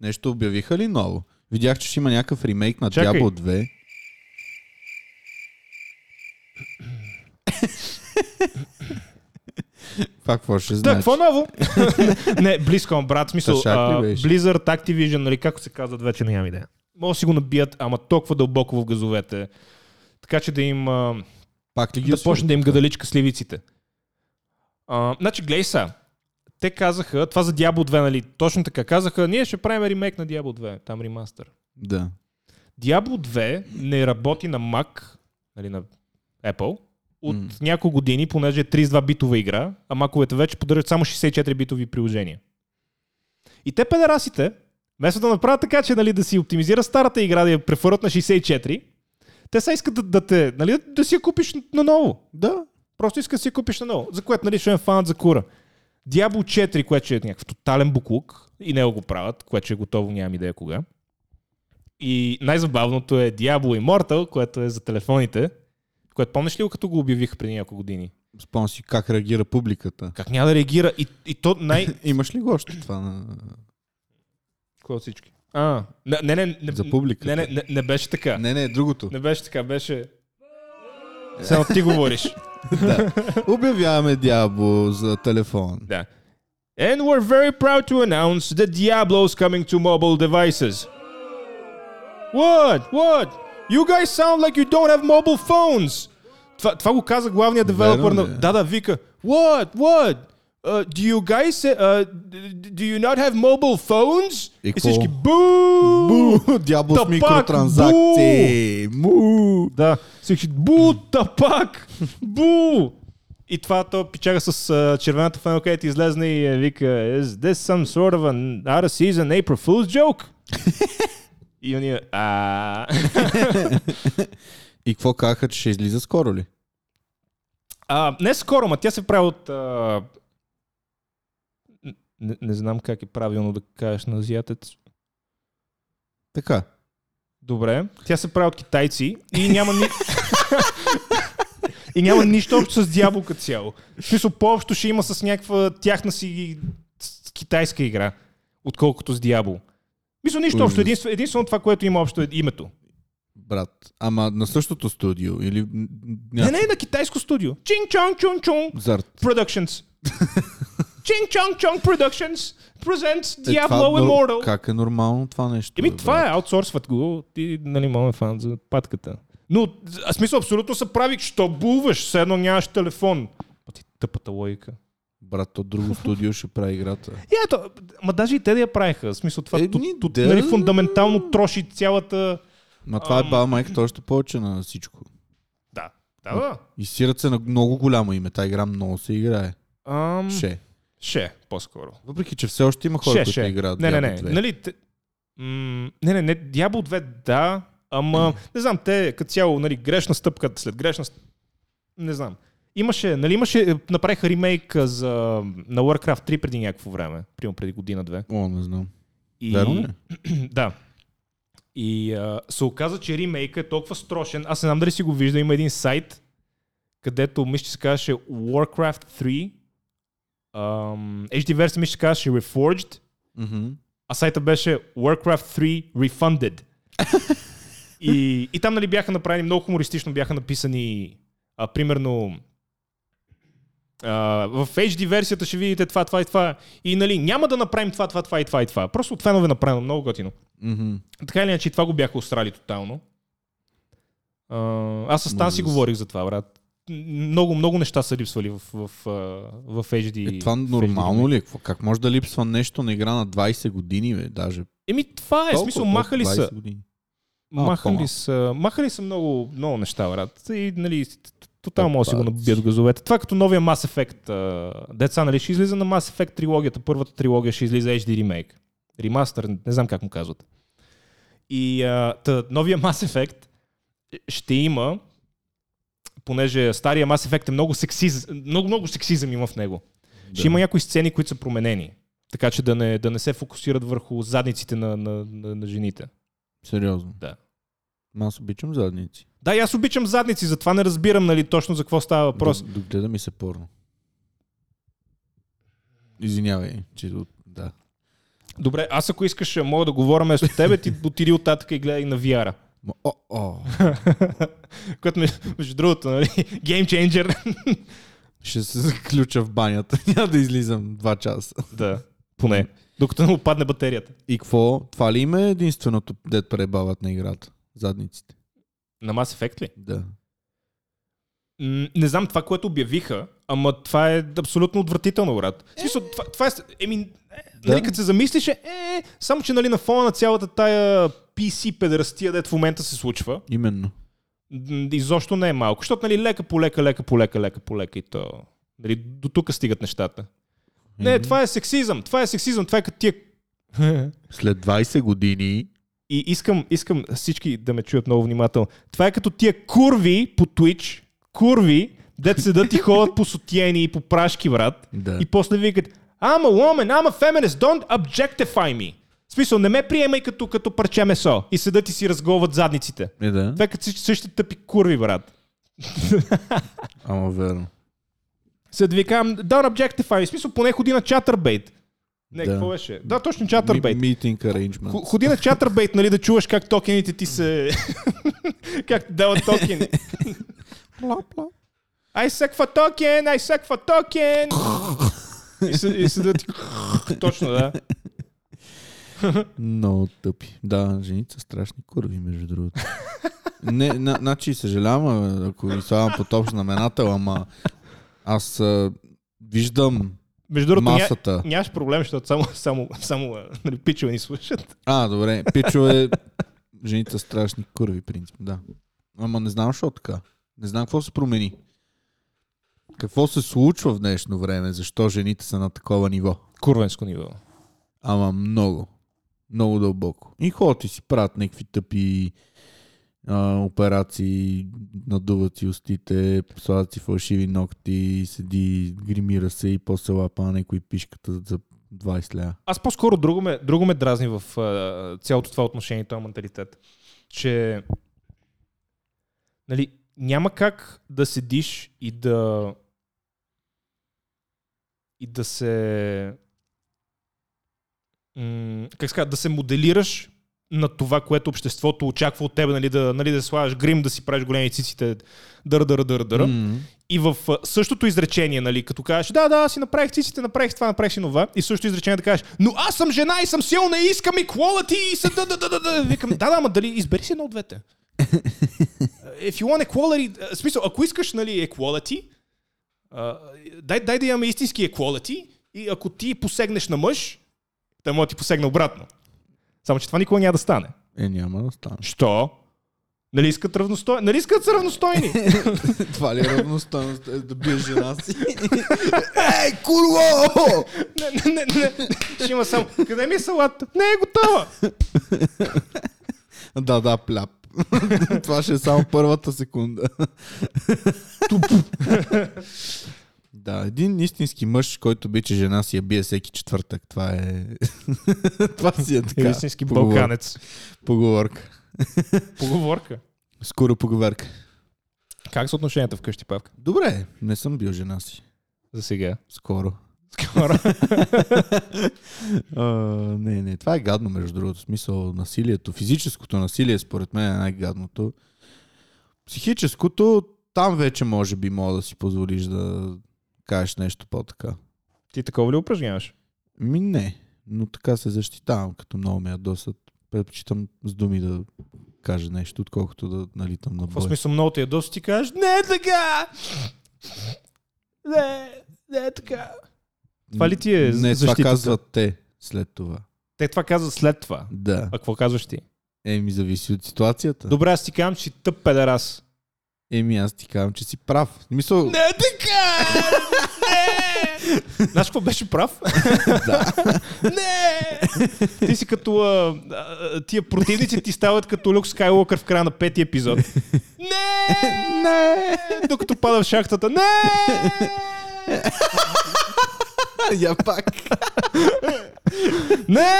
[SPEAKER 1] Нещо обявиха ли ново? Видях, че ще има някакъв ремейк на
[SPEAKER 2] Чакай.
[SPEAKER 1] Diablo 2. Пак е значи. какво ще
[SPEAKER 2] Да,
[SPEAKER 1] знаеш?
[SPEAKER 2] какво ново? не, BlizzCon, брат, в смисъл.
[SPEAKER 1] Тъшак ли
[SPEAKER 2] а,
[SPEAKER 1] беше?
[SPEAKER 2] Blizzard, Activision, нали как се казват, вече нямам идея. Може да си го набият, ама толкова дълбоко в газовете. Така че да им... а,
[SPEAKER 1] Пак ли ги
[SPEAKER 2] да
[SPEAKER 1] освободи?
[SPEAKER 2] почне да им гадаличка сливиците. А, значи, гледай са. Те казаха, това за Diablo 2, нали? Точно така. Казаха, ние ще правим ремейк на Diablo 2, там ремастър.
[SPEAKER 1] Да.
[SPEAKER 2] Diablo 2 не работи на Mac, нали, на Apple, от
[SPEAKER 1] М.
[SPEAKER 2] mm. няколко години, понеже е 32 битова игра, а маковете вече поддържат само 64 битови приложения. И те педерасите, вместо да направят така, че нали, да си оптимизира старата игра, да я префърват на 64, те сега искат да, да, те, нали, да, да си я купиш наново.
[SPEAKER 1] Да.
[SPEAKER 2] Просто иска да си я купиш наново. За което, нали, ще е фанат за кура. Diablo 4, което ще е някакъв тотален буклук и него го правят, което ще е готово, нямам идея кога. И най-забавното е Diablo Immortal, което е за телефоните, което помниш ли го, като го обявих преди няколко години?
[SPEAKER 1] Спомни си как реагира публиката.
[SPEAKER 2] Как няма да реагира? И, и то най...
[SPEAKER 1] Имаш ли го още това на...
[SPEAKER 2] Кое от всички? А, не, не, не, не,
[SPEAKER 1] За публиката.
[SPEAKER 2] Не, не, не, не беше така. Не.
[SPEAKER 1] Не, не, другото.
[SPEAKER 2] не беше така, беше... Само ти говориш.
[SPEAKER 1] Обявяваме Diablo за телефон.
[SPEAKER 2] Да. And we're very proud to announce that Diablo's coming to mobile devices. What? What? You guys sound like you don't have mobile phones. Това, това го каза главният девелопър
[SPEAKER 1] Верно
[SPEAKER 2] на...
[SPEAKER 1] ли е?
[SPEAKER 2] Да, да, вика. What? What? Uh, do you guys... Uh, do you not have mobile phones?
[SPEAKER 1] И
[SPEAKER 2] И,
[SPEAKER 1] какво?
[SPEAKER 2] всички... Бу!
[SPEAKER 1] Бу, Дявол с
[SPEAKER 2] Тапак,
[SPEAKER 1] микротранзакции. Му.
[SPEAKER 2] Да. Всички бу, тапак, бу. И това то пичага с а, червената фанелка и ти излезна и а, вика Is this some sort of an out of season April Fool's joke? и уния а
[SPEAKER 1] И какво казаха, че ще излиза скоро ли?
[SPEAKER 2] А, не скоро, ма тя се прави от... А... Не, не знам как е правилно да кажеш на азиатец.
[SPEAKER 1] Така.
[SPEAKER 2] Добре. Тя се прави от китайци и няма ни... и няма нищо общо с дявол като цяло. В смисъл, по-общо ще има с някаква тяхна си с- китайска игра, отколкото с дявол. Мисля, нищо общо. Единствено, единствено това, което има общо е името.
[SPEAKER 1] Брат, ама на същото студио или... м, м,
[SPEAKER 2] Не,
[SPEAKER 1] ня-
[SPEAKER 2] не, на китайско студио. Чин чонг чун чун
[SPEAKER 1] Зарт.
[SPEAKER 2] Productions. Чин чонг чонг Productions presents
[SPEAKER 1] Е, това
[SPEAKER 2] Diablo
[SPEAKER 1] нор-
[SPEAKER 2] Immortal.
[SPEAKER 1] Как е нормално това нещо?
[SPEAKER 2] Еми,
[SPEAKER 1] бе,
[SPEAKER 2] това е, аутсорсват го и нали, имаме фан за патката. Но, а смисъл, абсолютно се прави, що булваш, все едно нямаш телефон. Па ти тъпата логика.
[SPEAKER 1] Брат, то друго студио ще прави играта.
[SPEAKER 2] И Е, ето, ма даже и те да я правиха. В смисъл, това
[SPEAKER 1] Е,
[SPEAKER 2] ту,
[SPEAKER 1] ни
[SPEAKER 2] ту,
[SPEAKER 1] да.
[SPEAKER 2] нали, фундаментално троши цялата...
[SPEAKER 1] Ма това е баба майката още повече на всичко.
[SPEAKER 2] Да, да, да.
[SPEAKER 1] И сират се на много голямо име. Та игра много се играе.
[SPEAKER 2] Ам...
[SPEAKER 1] Ще.
[SPEAKER 2] Ще, по-скоро.
[SPEAKER 1] Въпреки, че все още има хора,
[SPEAKER 2] Ще,
[SPEAKER 1] които
[SPEAKER 2] ще.
[SPEAKER 1] не е играят.
[SPEAKER 2] не, не,
[SPEAKER 1] Diablo
[SPEAKER 2] не.
[SPEAKER 1] 2.
[SPEAKER 2] Нали, те... М, не, не, не. Diablo 2, да. Ама, не знам, те като цяло, нали, грешна стъпка след грешна стъпка. Не знам. Имаше, нали, имаше, направиха ремейк а, за, на Warcraft 3 преди някакво време, примерно преди година-две.
[SPEAKER 1] О, не знам.
[SPEAKER 2] И,
[SPEAKER 1] Верно ли?
[SPEAKER 2] да. И а, се оказа, че ремейка е толкова строшен. Аз не знам дали си го вижда. Има един сайт, където мисля, че се казваше Warcraft 3. Um, HD версия мисля, че се казваше Reforged.
[SPEAKER 1] Мгм.
[SPEAKER 2] А сайта беше Warcraft 3 Refunded. и, и там нали бяха направени много хумористично, бяха написани а, примерно а, в HD версията ще видите това, това и това. И нали няма да направим това, това, това и това и това. Просто от фенове направено много готино.
[SPEAKER 1] Мгм.
[SPEAKER 2] Така или иначе и това го бяха устрали тотално. А, аз с Стан си
[SPEAKER 1] Ужас.
[SPEAKER 2] говорих за това, брат. Много, много неща са липсвали в, в, а, в, HD.
[SPEAKER 1] Е, това
[SPEAKER 2] в HD
[SPEAKER 1] нормално ли е? Какво- Как може да липсва нещо на игра на 20 години, бе, даже?
[SPEAKER 2] Еми това е, в
[SPEAKER 1] Толкова,
[SPEAKER 2] смисъл,
[SPEAKER 1] толкова,
[SPEAKER 2] махали са.
[SPEAKER 1] 20 години. А,
[SPEAKER 2] Махали
[SPEAKER 1] по-малко.
[SPEAKER 2] са, махали са много, много неща, брат. И, нали, т- т- тотално може да си го
[SPEAKER 1] Отпадъци.
[SPEAKER 2] набият газовете. Това е като новия Mass Effect. а, Деца, нали, ще излиза на Mass Effect трилогията. Първата трилогия ще излиза HD Remake. Ремастър, не знам как му казват. И а, та, новия Mass Effect ще има понеже стария Mass Effect е много сексизъм, много, много сексизъм има в него. Да.
[SPEAKER 1] Да.
[SPEAKER 2] Ще има някои сцени, които са променени. Така че да не, да не се фокусират върху задниците на, на, на, на жените.
[SPEAKER 1] Сериозно.
[SPEAKER 2] Да.
[SPEAKER 1] Ма Аз обичам задници.
[SPEAKER 2] Да, и аз обичам задници, затова не разбирам нали, точно за какво става въпрос.
[SPEAKER 1] Д- Догледа ми се порно. Извинявай, че от- да.
[SPEAKER 2] Добре, аз ако искаш, мога да говоря вместо тебе, ти отиди оттатък и гледай на VR-а.
[SPEAKER 1] Ма, О, о.
[SPEAKER 2] Което между, между другото, нали, Game Changer.
[SPEAKER 1] Ще се заключа в банята. Няма да излизам два часа.
[SPEAKER 2] да, поне. Докато не опадне батерията.
[SPEAKER 1] И какво? Това ли им е единственото, дед пребават на играта? Задниците.
[SPEAKER 2] На Mass Effect ли?
[SPEAKER 1] Да.
[SPEAKER 2] М, не знам това, което обявиха, ама това е абсолютно отвратително, брат. В смисъл, това, това е... Еми, е,
[SPEAKER 1] Да.
[SPEAKER 2] нали, като се замислиш, е, е, само че нали, на фона на цялата тая PC педерастия, дето в момента се случва,
[SPEAKER 1] Именно.
[SPEAKER 2] м, изобщо не е малко. Защото, нали, лека по лека, лека по лека, лека по лека и то... Нали, до тук стигат нещата. Не,
[SPEAKER 1] Мгм.
[SPEAKER 2] това е сексизъм, това е сексизъм, това е като тия...
[SPEAKER 1] След 20 години
[SPEAKER 2] И искам, искам всички да ме чуят много внимателно. Това е като тия курви по Twitch, курви, дет седат и ходят по сотиени и по прашки, брат.
[SPEAKER 1] Да.
[SPEAKER 2] И после викат, I'm a woman, I'm a feminist, don't objectify me. В смисъл, не ме приемай като, като парче месо. И седат и си разговат задниците.
[SPEAKER 1] е да.
[SPEAKER 2] Това е като същ- същите тъпи курви, брат.
[SPEAKER 1] Ама верно.
[SPEAKER 2] Се да ви кажам, don't objectify me. В смисъл, поне ходи на чатърбейт. Не,
[SPEAKER 1] Да.
[SPEAKER 2] какво беше? Да, точно
[SPEAKER 1] Ми-
[SPEAKER 2] чатърбейт.
[SPEAKER 1] Meeting arrangement.
[SPEAKER 2] Ху- Ходи на чатърбейт, нали, да чуваш как токените ти се... как ти дават токени.
[SPEAKER 1] Пла-пла.
[SPEAKER 2] Ай, съква токен, ай, съква токен! и се, и се да ти... Точно, да.
[SPEAKER 1] Много тъпи. Да, жените са страшни курви, между другото. Не, на, значи, съжалявам, а, ако ви слагам под общ знаменател, ама аз а, виждам
[SPEAKER 2] Между другото, ня,
[SPEAKER 1] масата.
[SPEAKER 2] нямаш проблем, защото само, само, само а, нали, пичове ни слушат.
[SPEAKER 1] А, добре, пичове, жените са страшни курви, принцип, да. Ама не знам, защо така. Не знам какво се промени. Какво се случва в днешно време? Защо жените са на такова ниво?
[SPEAKER 2] Курвенско ниво.
[SPEAKER 1] Ама много. Много дълбоко. И ходят и си правят някакви тъпи а, операции, надуват си устите, слагат си фалшиви ногти, седи, гримира се и после лапа на някой пишката за 20 ля.
[SPEAKER 2] Аз по-скоро друго ме, друго ме дразни в а, цялото това отношение, този менталитет. Че нали, няма как да седиш и да и да се м- как ска, да се моделираш на това, което обществото очаква от тебе, нали, да, нали, да слагаш грим, да си правиш големи циците, дър, дър, дър, дър. Mm.
[SPEAKER 1] М.
[SPEAKER 2] И в а, същото изречение, нали, като кажеш, да, да, аз си направих циците, направих това, направих си нова, и в същото изречение да кажеш, но аз съм жена и съм силна и искам equality и се да, да, да, да, да. Викам, да, да, ама дали избери си едно от двете. If you want equality, а, в смисъл, ако искаш, нали, equality, а, дай, дай да имаме истински equality и ако ти посегнеш на мъж, той може да ти посегне обратно. Само, че това никога няма да стане.
[SPEAKER 1] Е, няма да стане.
[SPEAKER 2] Що? Нали искат равностойни? Нали искат са равностойни?
[SPEAKER 1] Това ли е равностойност? Е, Да биеш жена си. Ей, курво!
[SPEAKER 2] Не, не, не, не. Ще има само. Къде ми е салата? Не е готова.
[SPEAKER 1] Да, да, пляп. Това ще е само първата секунда. Да, един истински мъж, който обича жена си, я бие всеки четвъртък. Това е... Това си е така.
[SPEAKER 2] Истински
[SPEAKER 1] поговор-
[SPEAKER 2] балканец.
[SPEAKER 1] Поговорка.
[SPEAKER 2] Поговорка.
[SPEAKER 1] Скоро поговорка.
[SPEAKER 2] Как са отношенията вкъщи, Павка?
[SPEAKER 1] Добре, не съм бил жена си.
[SPEAKER 2] За сега.
[SPEAKER 1] Скоро.
[SPEAKER 2] Скоро.
[SPEAKER 1] А, не, не, това е гадно, между другото. В смисъл, насилието, физическото насилие, според мен е най-гадното. Психическото, там вече може би мога да си позволиш да кажеш нещо по-така.
[SPEAKER 2] Ти такова ли упражняваш?
[SPEAKER 1] Ми не, но така се защитавам, като много ме ядосат. Предпочитам с думи да кажа нещо, отколкото да налитам на
[SPEAKER 2] В
[SPEAKER 1] бой.
[SPEAKER 2] смисъл много ти е доста ти кажеш, не е така! Не, не е така. Това ли ти е
[SPEAKER 1] Не, това
[SPEAKER 2] защитата?
[SPEAKER 1] казват те след това.
[SPEAKER 2] Те това казват след това.
[SPEAKER 1] Да.
[SPEAKER 2] А какво казваш ти?
[SPEAKER 1] Еми, зависи от ситуацията.
[SPEAKER 2] Добре, аз ти казвам, че си тъп педерас.
[SPEAKER 1] Еми, аз ти казвам, че си прав. В Смисъл,
[SPEAKER 2] Не е така! Не! Знаеш какво беше прав?
[SPEAKER 1] Да.
[SPEAKER 2] Не! Ти си като... А, а, тия противници ти стават като Люк Скайлокър в края на пети епизод. Не! Не! Докато пада в шахтата. Не!
[SPEAKER 1] Я пак.
[SPEAKER 2] Не!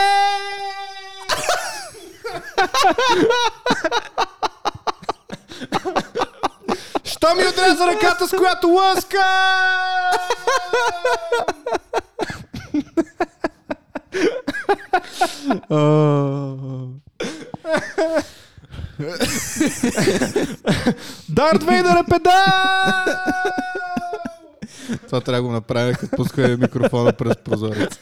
[SPEAKER 2] Що ми отреза ръката, с която лъска? Дарт Вейдър е педал!
[SPEAKER 1] Това трябва да го направя, като пускаме микрофона през прозореца.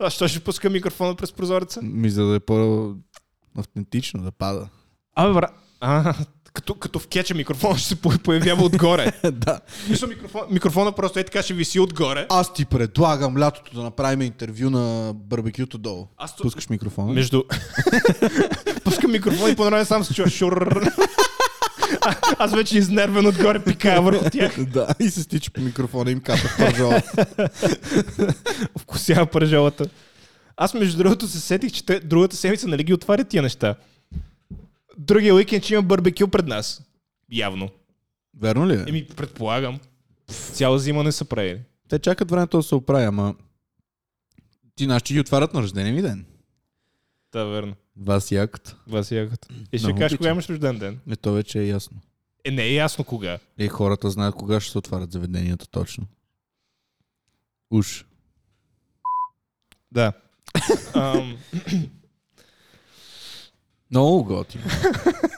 [SPEAKER 2] А що ще пуска микрофона през прозореца?
[SPEAKER 1] Ми за да е по-автентично да пада.
[SPEAKER 2] Абе, бра... А, като, като в кеча микрофона ще се по- появява отгоре.
[SPEAKER 1] да.
[SPEAKER 2] Мисля, микрофон, микрофона просто е така ще виси отгоре.
[SPEAKER 1] Аз ти предлагам лятото да направим интервю на барбекюто долу.
[SPEAKER 2] Аз то...
[SPEAKER 1] Пускаш микрофона?
[SPEAKER 2] Между... Пускам микрофон и по-нраве сам се чува шур. А- Аз вече изнервен отгоре пикая върху тях.
[SPEAKER 1] да, и се стича по микрофона им капа пържола.
[SPEAKER 2] Вкусява пържолата. Аз между другото се сетих, че те, другата седмица нали ги отварят тия неща. Другия уикенд ще има барбекю пред нас. Явно.
[SPEAKER 1] Верно ли е?
[SPEAKER 2] Еми, предполагам. Цяла зима не са правили.
[SPEAKER 1] Те чакат времето да се оправя, ама ти знаеш, че ги отварят на рождения ми ден.
[SPEAKER 2] Да, верно.
[SPEAKER 1] Вас якът.
[SPEAKER 2] Вас ягата. И ще
[SPEAKER 1] Много
[SPEAKER 2] кажеш кога
[SPEAKER 1] обичам.
[SPEAKER 2] имаш рожден ден.
[SPEAKER 1] Е, то вече е ясно.
[SPEAKER 2] Е, не е ясно кога.
[SPEAKER 1] Е, хората знаят кога ще се отварят заведенията точно. Уж.
[SPEAKER 2] Да. Ам,
[SPEAKER 1] Много готино.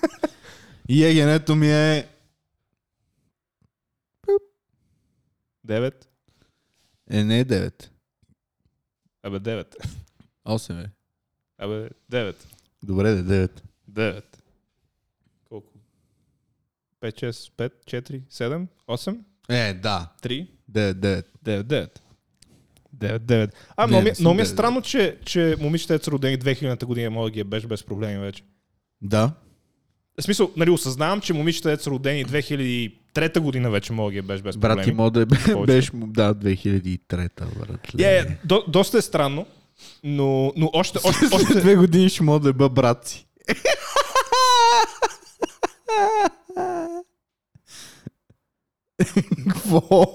[SPEAKER 1] и егенето ми е...
[SPEAKER 2] 9.
[SPEAKER 1] Е, не е 9.
[SPEAKER 2] Абе, 9.
[SPEAKER 1] 8 е.
[SPEAKER 2] Абе, 9.
[SPEAKER 1] Добре, да е 9.
[SPEAKER 2] 9. Колко? 5, 6, 5, 4, 7, 8,
[SPEAKER 1] Е, да.
[SPEAKER 2] 3,
[SPEAKER 1] 9, 9.
[SPEAKER 2] 9, 9. 9, 9.
[SPEAKER 1] Не,
[SPEAKER 2] А, много ми-
[SPEAKER 1] не съм
[SPEAKER 2] много ми е
[SPEAKER 1] девет,
[SPEAKER 2] странно, че, че момичетата са родени 2000-та година, мога да ги е беше без проблеми вече.
[SPEAKER 1] Да.
[SPEAKER 2] В смисъл, нали, осъзнавам, че момичетата са родени 2003 година вече мога да ги е беше без
[SPEAKER 1] Брат ти
[SPEAKER 2] проблеми.
[SPEAKER 1] мода
[SPEAKER 2] Повече.
[SPEAKER 1] беше... му- Да, 2003-та, брат.
[SPEAKER 2] Е, е, до, доста е странно, но, но още, още, още,
[SPEAKER 1] Още две години ще мога да бъда брат си. Какво?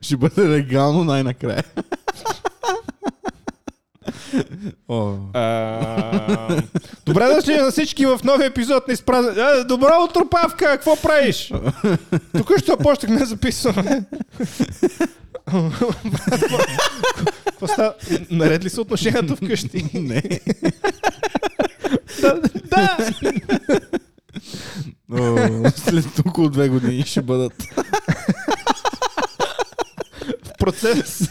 [SPEAKER 1] Ще бъде легално най-накрая. О,
[SPEAKER 2] А, Добре дошли на всички в нови епизод на изпразен. А, Добро утро, Павка! Какво правиш? Тук ще почнахме да записваме. Какво става? Наред ли са отношенията вкъщи?
[SPEAKER 1] не.
[SPEAKER 2] Да!
[SPEAKER 1] О, след около две години ще бъдат.
[SPEAKER 2] В процес.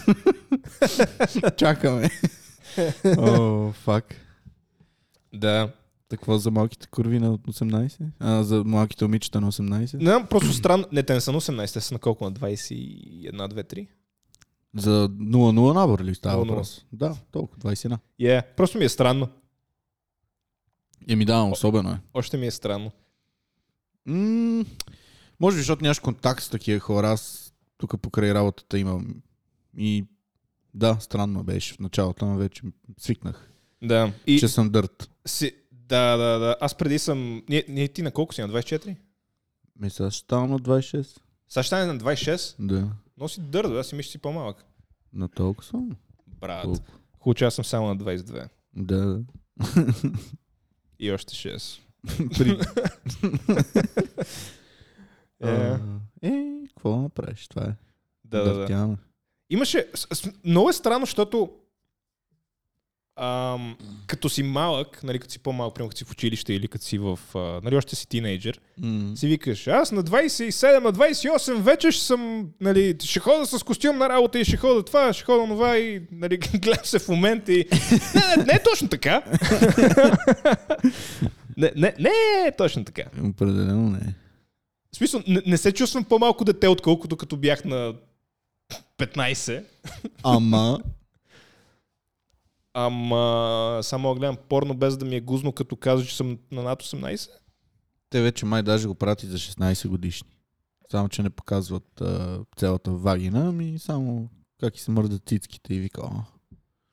[SPEAKER 1] Чакаме. О, фак.
[SPEAKER 2] Да.
[SPEAKER 1] Какво за малките курви на 18? А, за малките момичета на 18?
[SPEAKER 2] Не, знам, просто странно. Не, те не са на 18, те са на колко? На 21, 2, 3?
[SPEAKER 1] За 0-0 набор ли става
[SPEAKER 2] 0-0?
[SPEAKER 1] въпрос? Да, толкова, 21.
[SPEAKER 2] Е, просто ми е странно.
[SPEAKER 1] Еми да, особено е.
[SPEAKER 2] Още ми е странно.
[SPEAKER 1] М, може би, защото нямаш контакт с такива хора. Аз тук покрай работата имам. И да, странно беше в началото, но вече свикнах,
[SPEAKER 2] Да. И
[SPEAKER 1] че съм дърт.
[SPEAKER 2] си... Да, да, да. Аз преди съм... Ние, ние ти на колко си? На 24?
[SPEAKER 1] Мисля, аз ставам на 26.
[SPEAKER 2] Сега ще стане на 26,
[SPEAKER 1] Да,
[SPEAKER 2] носи дърдо, аз си мисля, че си по-малък.
[SPEAKER 1] на толкова съм.
[SPEAKER 2] Брат.
[SPEAKER 1] Колко?
[SPEAKER 2] Хубаво, че аз съм само на 22.
[SPEAKER 1] Да, да.
[SPEAKER 2] И още 6.
[SPEAKER 1] При...
[SPEAKER 2] Е,
[SPEAKER 1] А, Е, какво направиш? Това е.
[SPEAKER 2] да, да, да.
[SPEAKER 1] Дъртяна.
[SPEAKER 2] Имаше... с- с- Много е странно, защото ам, като си малък, нали, като си по-малък, примерно като си в училище или като си в... а, нали, още си тинейджър,
[SPEAKER 1] М,
[SPEAKER 2] си викаш, аз на 27, на 28 вече ще съм, нали, ще хода с костюм на работа и ще хода това, ще хода това и, нали, гледам се в момента и... Не, не, не е точно така. не, не, не е точно така.
[SPEAKER 1] Определено не. е.
[SPEAKER 2] В смисъл, не, не се чувствам по-малко дете, отколкото като бях на 15.
[SPEAKER 1] Ама,
[SPEAKER 2] Ама само гледам порно без да ми е гузно, като каза, че съм на над 18.
[SPEAKER 1] те вече май даже го прати за 16 годишни. Само, че не показват а, цялата вагина, ами само как и се мърдат цицките и вика. «О,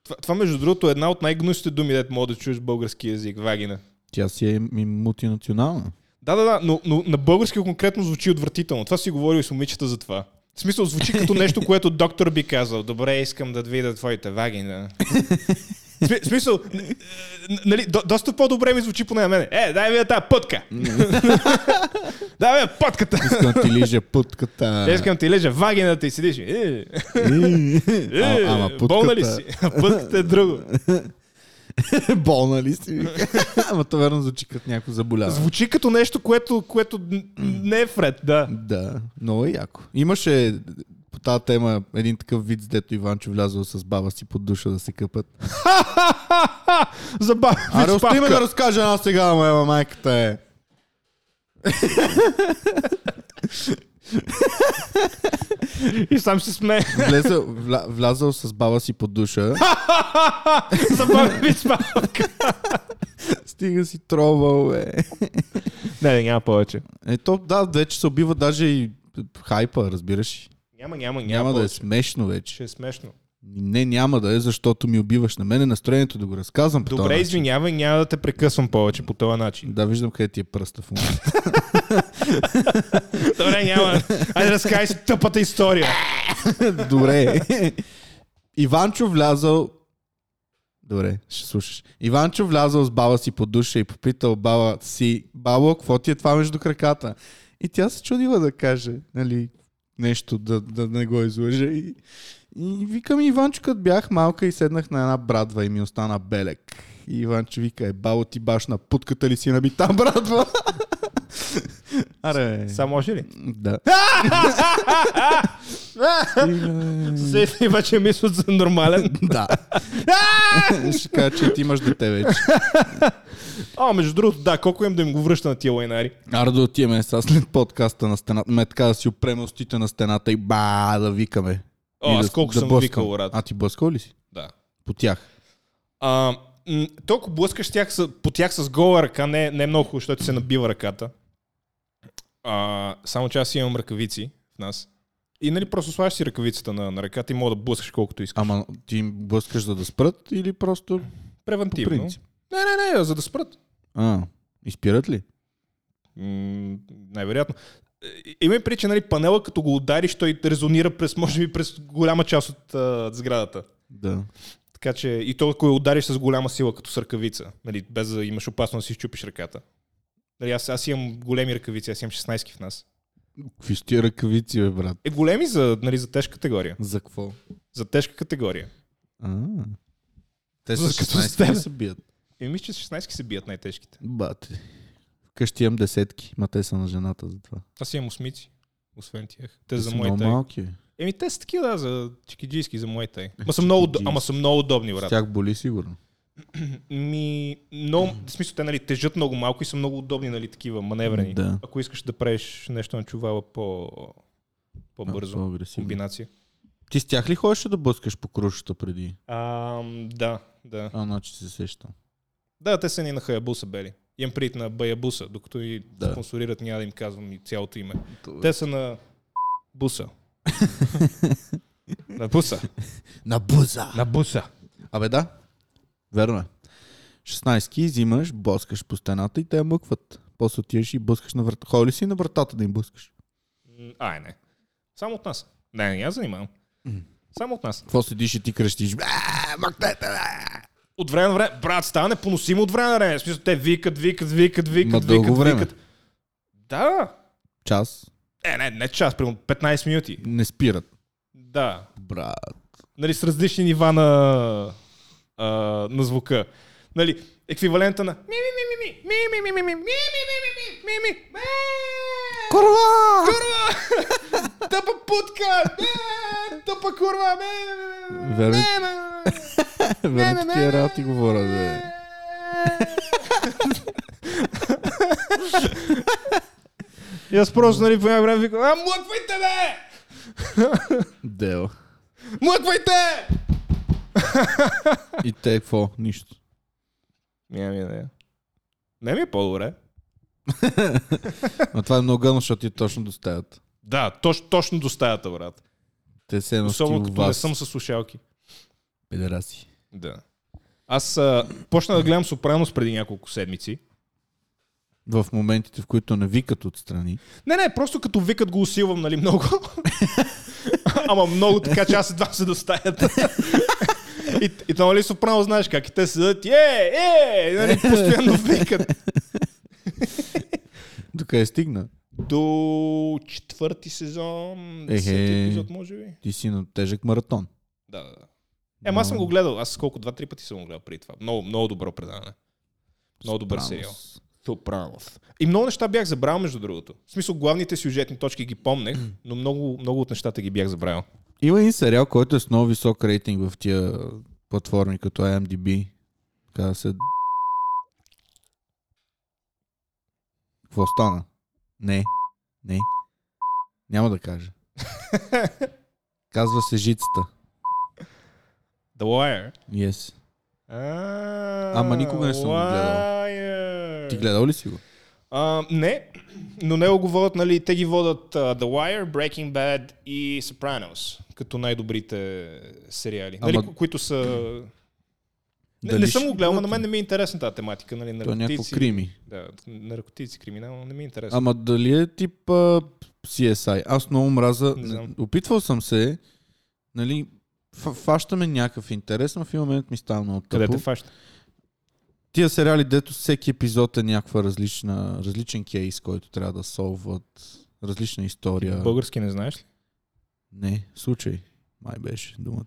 [SPEAKER 2] Това, това, между другото, е една от най-гнусите думи, дето мога да чуеш български язик. Вагина.
[SPEAKER 1] Тя си е ми- мултинационална.
[SPEAKER 2] Да, да, да, но, но на български конкретно звучи отвратително. Това си говорил с момичета за това. В смисъл, звучи като нещо, което доктор би казал. Добре, искам да видя твоите вагина. В сми- смисъл, н- н- нали, до, доста по-добре ми звучи поне на мене. Е, дай ми я тази пътка! дай ми я пътката! Е,
[SPEAKER 1] Искам да ти лижа путката.
[SPEAKER 2] Искам ти лежа вагината и седиш. Е, е,
[SPEAKER 1] а, ама путката...
[SPEAKER 2] болна ли си? А пътката е друго.
[SPEAKER 1] болна ли си? вика. ама то верно звучи като някакво заболява.
[SPEAKER 2] Звучи като нещо, което, което н- не е вред, да.
[SPEAKER 1] Да, много е яко. Имаше по тази тема един такъв вид, с дето Иванчо влязъл с баба си под душа да се къпат.
[SPEAKER 2] Забавно.
[SPEAKER 1] Аре, остави ме да разкажа една сега, ама ема майката е.
[SPEAKER 2] И сам се смее.
[SPEAKER 1] Влезъл, вля, влязъл с баба си под душа,
[SPEAKER 2] Забавно ви спавка.
[SPEAKER 1] стига си тровал, е.
[SPEAKER 2] Не, не, няма повече.
[SPEAKER 1] Ето, да, вече се убива даже и хайпа, разбираш.
[SPEAKER 2] Няма, няма, няма,
[SPEAKER 1] Няма, няма да е
[SPEAKER 2] повече.
[SPEAKER 1] смешно вече.
[SPEAKER 2] Ще е смешно.
[SPEAKER 1] Не, няма да е, защото ми убиваш на мене настроението да го разказвам. по този
[SPEAKER 2] Добре,
[SPEAKER 1] начин.
[SPEAKER 2] извинявай, няма да те прекъсвам повече по този начин.
[SPEAKER 1] Да, виждам къде ти е пръста в момента.
[SPEAKER 2] Добре, няма. Айде, разкажи си тъпата история.
[SPEAKER 1] Добре. Иванчо влязал... Добре, ще слушаш. Иванчо влязал с баба си под душа и попитал баба си, бабо, какво ти е това между краката? И тя се чудила да каже, нали, нещо, да, да не го излъже. И, и викам Иванчо, като бях малка и седнах на една брадва и ми остана белек. И Иванчо вика, е, бабо ти баш на путката ли си набита брадва? Аре,
[SPEAKER 2] Само може ли?
[SPEAKER 1] да. И, е,
[SPEAKER 2] Се вече мислят за нормален.
[SPEAKER 1] Да. Ще кажа, че ти имаш дете вече.
[SPEAKER 2] А, между другото, да, колко им да им го връща на тия лайнари.
[SPEAKER 1] Ара да отиваме сега след подкаста на стената. Ме така да си опрем устите на стената и ба да викаме.
[SPEAKER 2] О,
[SPEAKER 1] И
[SPEAKER 2] аз
[SPEAKER 1] да-
[SPEAKER 2] колко
[SPEAKER 1] да
[SPEAKER 2] съм
[SPEAKER 1] блъскам.
[SPEAKER 2] викал, Рад.
[SPEAKER 1] А ти блъскал ли си?
[SPEAKER 2] Да.
[SPEAKER 1] По тях.
[SPEAKER 2] А, м, толкова блъскаш тях, с- по тях с гола ръка, не, не е много хубаво, защото ти се набива ръката. А, само че аз имам ръкавици в нас. И нали просто слагаш си ръкавицата на, на ръката и мога да блъскаш колкото искаш.
[SPEAKER 1] Ама ти им блъскаш за да спрат или просто...
[SPEAKER 2] Превентивно.
[SPEAKER 1] по принцип.
[SPEAKER 2] Не, не, не, за да спрат.
[SPEAKER 1] А, изпират ли?
[SPEAKER 2] М, най-вероятно. Е, Има и причина, че нали, панела като го удариш, той резонира през, може би, през голяма част от а, сградата.
[SPEAKER 1] Да.
[SPEAKER 2] Така че и то, ако я удариш с голяма сила, като с ръкавица, нали, без да имаш опасност да си щупиш ръката. Нали, аз, аз имам големи ръкавици, аз имам 16 в нас.
[SPEAKER 1] Какви ще ти ръкавици, бе, брат?
[SPEAKER 2] Е, големи за, нали, за тежка категория.
[SPEAKER 1] За какво?
[SPEAKER 2] За тежка категория.
[SPEAKER 1] А. Те са
[SPEAKER 2] За като
[SPEAKER 1] 16
[SPEAKER 2] стена.
[SPEAKER 1] ли се бият.
[SPEAKER 2] И Е, мисля, че с 16 се бият най-тежките.
[SPEAKER 1] Бате. Вкъщи имам десетки, ма те са на жената за това.
[SPEAKER 2] Аз имам осмици, освен тях. Те за
[SPEAKER 1] са
[SPEAKER 2] моите.
[SPEAKER 1] много малки. бе.
[SPEAKER 2] Еми, те са такива, да, за чикиджийски, за моите. Ма са много, уд- ама са много удобни,
[SPEAKER 1] С
[SPEAKER 2] брат.
[SPEAKER 1] тях боли сигурно.
[SPEAKER 2] Ми, много, в смисъл, те нали, тежат много малко и са много удобни, нали, такива маневрени.
[SPEAKER 1] Да.
[SPEAKER 2] Ако искаш да правиш нещо на чувала по, по-бързо,
[SPEAKER 1] А, по-агресивно.
[SPEAKER 2] комбинация.
[SPEAKER 1] Ти с тях ли ходеше да блъскаш по крушата преди?
[SPEAKER 2] А, да, да.
[SPEAKER 1] А, значи се сещам.
[SPEAKER 2] Да, те са ни на Хаябуса бели. Имам прит на Баябуса, докато и да.
[SPEAKER 1] Да.
[SPEAKER 2] спонсорират, няма да им казвам и цялото име. Те са на Буса. на Буса.
[SPEAKER 1] На буза!
[SPEAKER 2] На Буса.
[SPEAKER 1] Абе да, верно е. 16-ки взимаш, боскаш по стената и те я мъкват. После отиваш и бъскаш на врата. Ходи ли си на вратата да им бъскаш?
[SPEAKER 2] М, Ай, не. Само от нас. Не, не, аз занимавам. Само от нас.
[SPEAKER 1] Какво седиш и ти крещиш? Бе, мъкнете, бе!
[SPEAKER 2] От време на време, брат, става непоносимо от време на време. В смисъл, те викат, викат, викат,
[SPEAKER 1] Ма
[SPEAKER 2] викат,
[SPEAKER 1] дълго
[SPEAKER 2] викат,
[SPEAKER 1] време.
[SPEAKER 2] викат. Да.
[SPEAKER 1] Час.
[SPEAKER 2] Е, не, не час, примерно 15 минути.
[SPEAKER 1] Не спират.
[SPEAKER 2] Да.
[SPEAKER 1] Брат.
[SPEAKER 2] Нали, с различни нива на, а, на звука. Нали, еквивалента на ми ми ми ми ми ми ми ми ми ми ми ми ми ми ми ми ми ми
[SPEAKER 1] Курва!
[SPEAKER 2] Тъпа путка! Ме! Тъпа курва! Ме! ме, ме, ме,
[SPEAKER 1] Верно.
[SPEAKER 2] ме, ме,
[SPEAKER 1] Верно
[SPEAKER 2] ме.
[SPEAKER 1] такива работи говоря, бе.
[SPEAKER 2] Е. И аз просто, нали, по някакво време викам, а, млъквайте, бе!
[SPEAKER 1] Дел.
[SPEAKER 2] Млъквайте!
[SPEAKER 1] И те какво? Нищо.
[SPEAKER 2] Не ми да е. Не ми е по-добре.
[SPEAKER 1] Но това е много гъно, защото ти точно доставят.
[SPEAKER 2] Да, точ, точно до стаята, брат.
[SPEAKER 1] Те се едно
[SPEAKER 2] Особено
[SPEAKER 1] стил
[SPEAKER 2] като не
[SPEAKER 1] вас,
[SPEAKER 2] съм със слушалки.
[SPEAKER 1] педераси.
[SPEAKER 2] Да. Аз а, почна да гледам Сопранос преди няколко седмици.
[SPEAKER 1] В моментите, в които не викат отстрани.
[SPEAKER 2] Не, не, просто като викат го усилвам, нали, много. Ама много, така че аз едва се достаят. и, и там, нали, Сопранос, знаеш как, и те седят, е, е, нали, постоянно викат.
[SPEAKER 1] Докъде стигна?
[SPEAKER 2] До четвърти сезон,
[SPEAKER 1] Ехе.
[SPEAKER 2] десети епизод, може би.
[SPEAKER 1] Ти си на тежък маратон.
[SPEAKER 2] Да, да, да. Ема аз съм го гледал. Аз колко? Два-три пъти съм го гледал преди това. Много, много добро предаване. Много добър
[SPEAKER 1] Сопранос.
[SPEAKER 2] сериал. Сопранос. И много неща бях забравил, между другото. В смисъл, главните сюжетни точки ги помнех, но много, много от нещата ги бях забравил.
[SPEAKER 1] Има един сериал, който е с много висок рейтинг в тия платформи, като IMDb. Казва се... Какво стана? Не. Не. Няма да кажа. Казва се жицата.
[SPEAKER 2] The Wire.
[SPEAKER 1] Yes.
[SPEAKER 2] А,
[SPEAKER 1] Ама никога не съм го гледал.
[SPEAKER 2] Wire.
[SPEAKER 1] Ти гледал ли си го?
[SPEAKER 2] А, не, но него го водят, нали, те ги водят uh, The Wire, Breaking Bad и Sopranos, като най-добрите сериали, нали,
[SPEAKER 1] Ама-
[SPEAKER 2] ко- които са... Не,
[SPEAKER 1] Дали
[SPEAKER 2] не
[SPEAKER 1] ще
[SPEAKER 2] съм го гледал, но на
[SPEAKER 1] бъдат?
[SPEAKER 2] мен не ми е интересна тази тематика, нали,
[SPEAKER 1] То е някакво
[SPEAKER 2] наркотици.
[SPEAKER 1] крими.
[SPEAKER 2] Да, наркотици, криминал, не ми е интересно.
[SPEAKER 1] Ама дали е тип а, CSI? Аз много мраза.
[SPEAKER 2] Не знам.
[SPEAKER 1] Опитвал съм се, нали, ф- фащаме някакъв интерес, но в един момент ми става много
[SPEAKER 2] Къде
[SPEAKER 1] тъпо.
[SPEAKER 2] те фаща?
[SPEAKER 1] Тия сериали, дето всеки епизод е някаква различна, различен кейс, който трябва да солват, различна история.
[SPEAKER 2] Български не знаеш ли?
[SPEAKER 1] Не, случай. Май беше думата.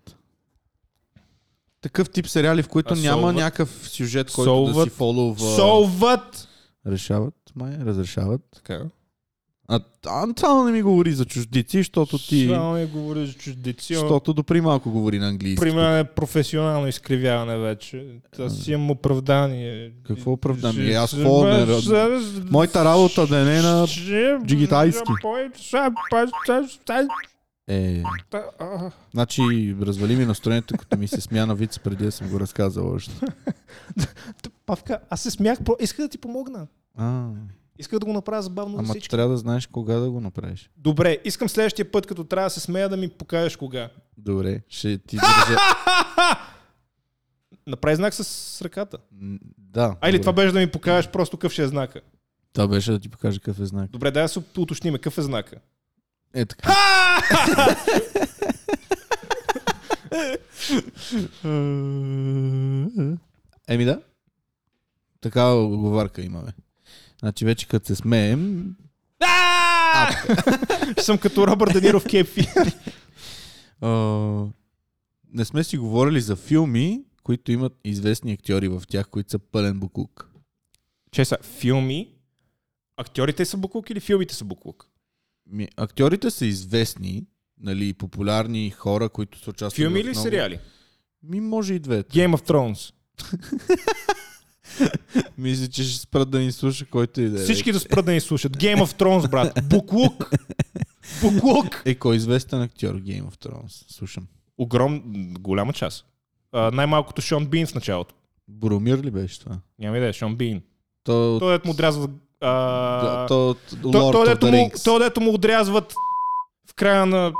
[SPEAKER 1] Такъв тип сериали, в които
[SPEAKER 2] А
[SPEAKER 1] няма
[SPEAKER 2] солват?
[SPEAKER 1] някакъв сюжет, който да
[SPEAKER 2] Солват?
[SPEAKER 1] си фолова.
[SPEAKER 2] Солват!
[SPEAKER 1] Решават, май, разрешават.
[SPEAKER 2] Така.
[SPEAKER 1] А, а само не ми говори за чуждици, защото ти...
[SPEAKER 2] Само ми говориш за чуждици. ама
[SPEAKER 1] Защото допри малко говори на английски.
[SPEAKER 2] При мен е професионално изкривяване вече. Аз си имам оправдание.
[SPEAKER 1] Какво оправдание? Аз какво не рад- Моята работа да не е на джигитайски. Е, значи, развали ми настроението, като ми се смя на виц, преди да съм го разказал още.
[SPEAKER 2] Павка, аз се смях, про- исках да ти помогна.
[SPEAKER 1] А,
[SPEAKER 2] Исках да го направя забавно за
[SPEAKER 1] ама
[SPEAKER 2] всички.
[SPEAKER 1] трябва да знаеш кога да го направиш.
[SPEAKER 2] Добре, искам следващия път, като трябва да се смея, да ми покажеш кога.
[SPEAKER 1] Добре, ще ти държа...
[SPEAKER 2] Направи знак с ръката.
[SPEAKER 1] М, Да.
[SPEAKER 2] А или
[SPEAKER 1] добре.
[SPEAKER 2] това беше да ми покажеш просто какъв ще е знака.
[SPEAKER 1] Това беше да ти покажа какъв е знак.
[SPEAKER 2] Добре, дай да се уточниме какъв е знака.
[SPEAKER 1] Е така. Еми да. Такава оговарка имаме. Значи вече като се смеем,
[SPEAKER 2] Ще съм като Робърт Де Ниро в кепи.
[SPEAKER 1] А, не сме си говорили за филми, които имат известни актьори в тях, които са пълен букук.
[SPEAKER 2] Че са филми, актьорите са буклук или филмите са буклук?
[SPEAKER 1] Ми, актьорите са известни, нали, популярни хора, които са участвали
[SPEAKER 2] Филми
[SPEAKER 1] в
[SPEAKER 2] или
[SPEAKER 1] много...
[SPEAKER 2] сериали?
[SPEAKER 1] Ми може и двете.
[SPEAKER 2] Game of Thrones.
[SPEAKER 1] Мисля, че ще спра да ни слуша който и да е.
[SPEAKER 2] Всички да спрат да ни слушат. Game of Thrones, брат. Буклук. Буклук.
[SPEAKER 1] Е, кой е известен актьор Game of Thrones? Слушам.
[SPEAKER 2] Огром... Голяма част. А, най-малкото Шон Бин в началото.
[SPEAKER 1] Боромир ли беше това?
[SPEAKER 2] Няма идея, Шон Бин.
[SPEAKER 1] То,
[SPEAKER 2] Той дето му отрязва...
[SPEAKER 1] да,
[SPEAKER 2] А...
[SPEAKER 1] то, от
[SPEAKER 2] Той-
[SPEAKER 1] Lord
[SPEAKER 2] той
[SPEAKER 1] of
[SPEAKER 2] дето
[SPEAKER 1] the
[SPEAKER 2] му-
[SPEAKER 1] Rings.
[SPEAKER 2] Той дето му отрязват в края на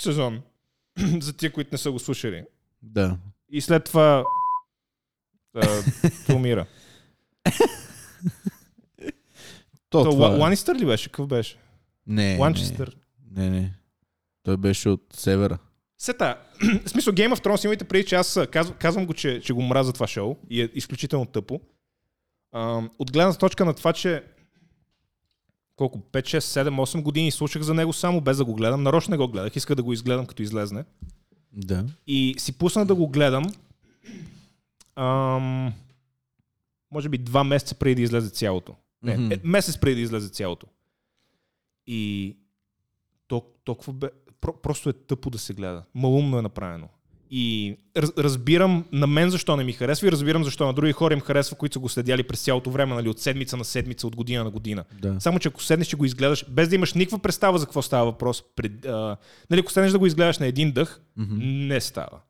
[SPEAKER 2] сезон. За тия, които не са го слушали.
[SPEAKER 1] Да.
[SPEAKER 2] И след това а, той умира.
[SPEAKER 1] То,
[SPEAKER 2] То,
[SPEAKER 1] това
[SPEAKER 2] Ла-
[SPEAKER 1] е.
[SPEAKER 2] Ланистър ли беше? Какъв беше?
[SPEAKER 1] Не, не,
[SPEAKER 2] Ланчестър.
[SPEAKER 1] не, не. Той беше от севера.
[SPEAKER 2] Сета, в смисъл Game of Thrones имайте преди, че аз а, казв, казвам го, че, че го мразя това шоу и е изключително тъпо. А, от гледна точка на това, че колко, 5, 6, 7, 8 години слушах за него само без да го гледам. Нарочно не го гледах, исках да го изгледам като излезне.
[SPEAKER 1] Да.
[SPEAKER 2] И си пусна да го гледам. Ам, може би два месеца преди да излезе цялото. Не,
[SPEAKER 1] Мгм.
[SPEAKER 2] е, месец преди да излезе цялото. И то, толкова бе, про, просто е тъпо да се гледа. Малумно е направено. И раз, разбирам на мен защо не ми харесва и разбирам защо на други хора им харесва, които са го следяли през цялото време, нали, от седмица на седмица, от година на година.
[SPEAKER 1] Да.
[SPEAKER 2] Само, че ако седнеш и го изгледаш, без да имаш никаква представа за какво става въпрос, пред, а, нали, ако седнеш да го изгледаш на един дъх,
[SPEAKER 1] Мгм.
[SPEAKER 2] не става.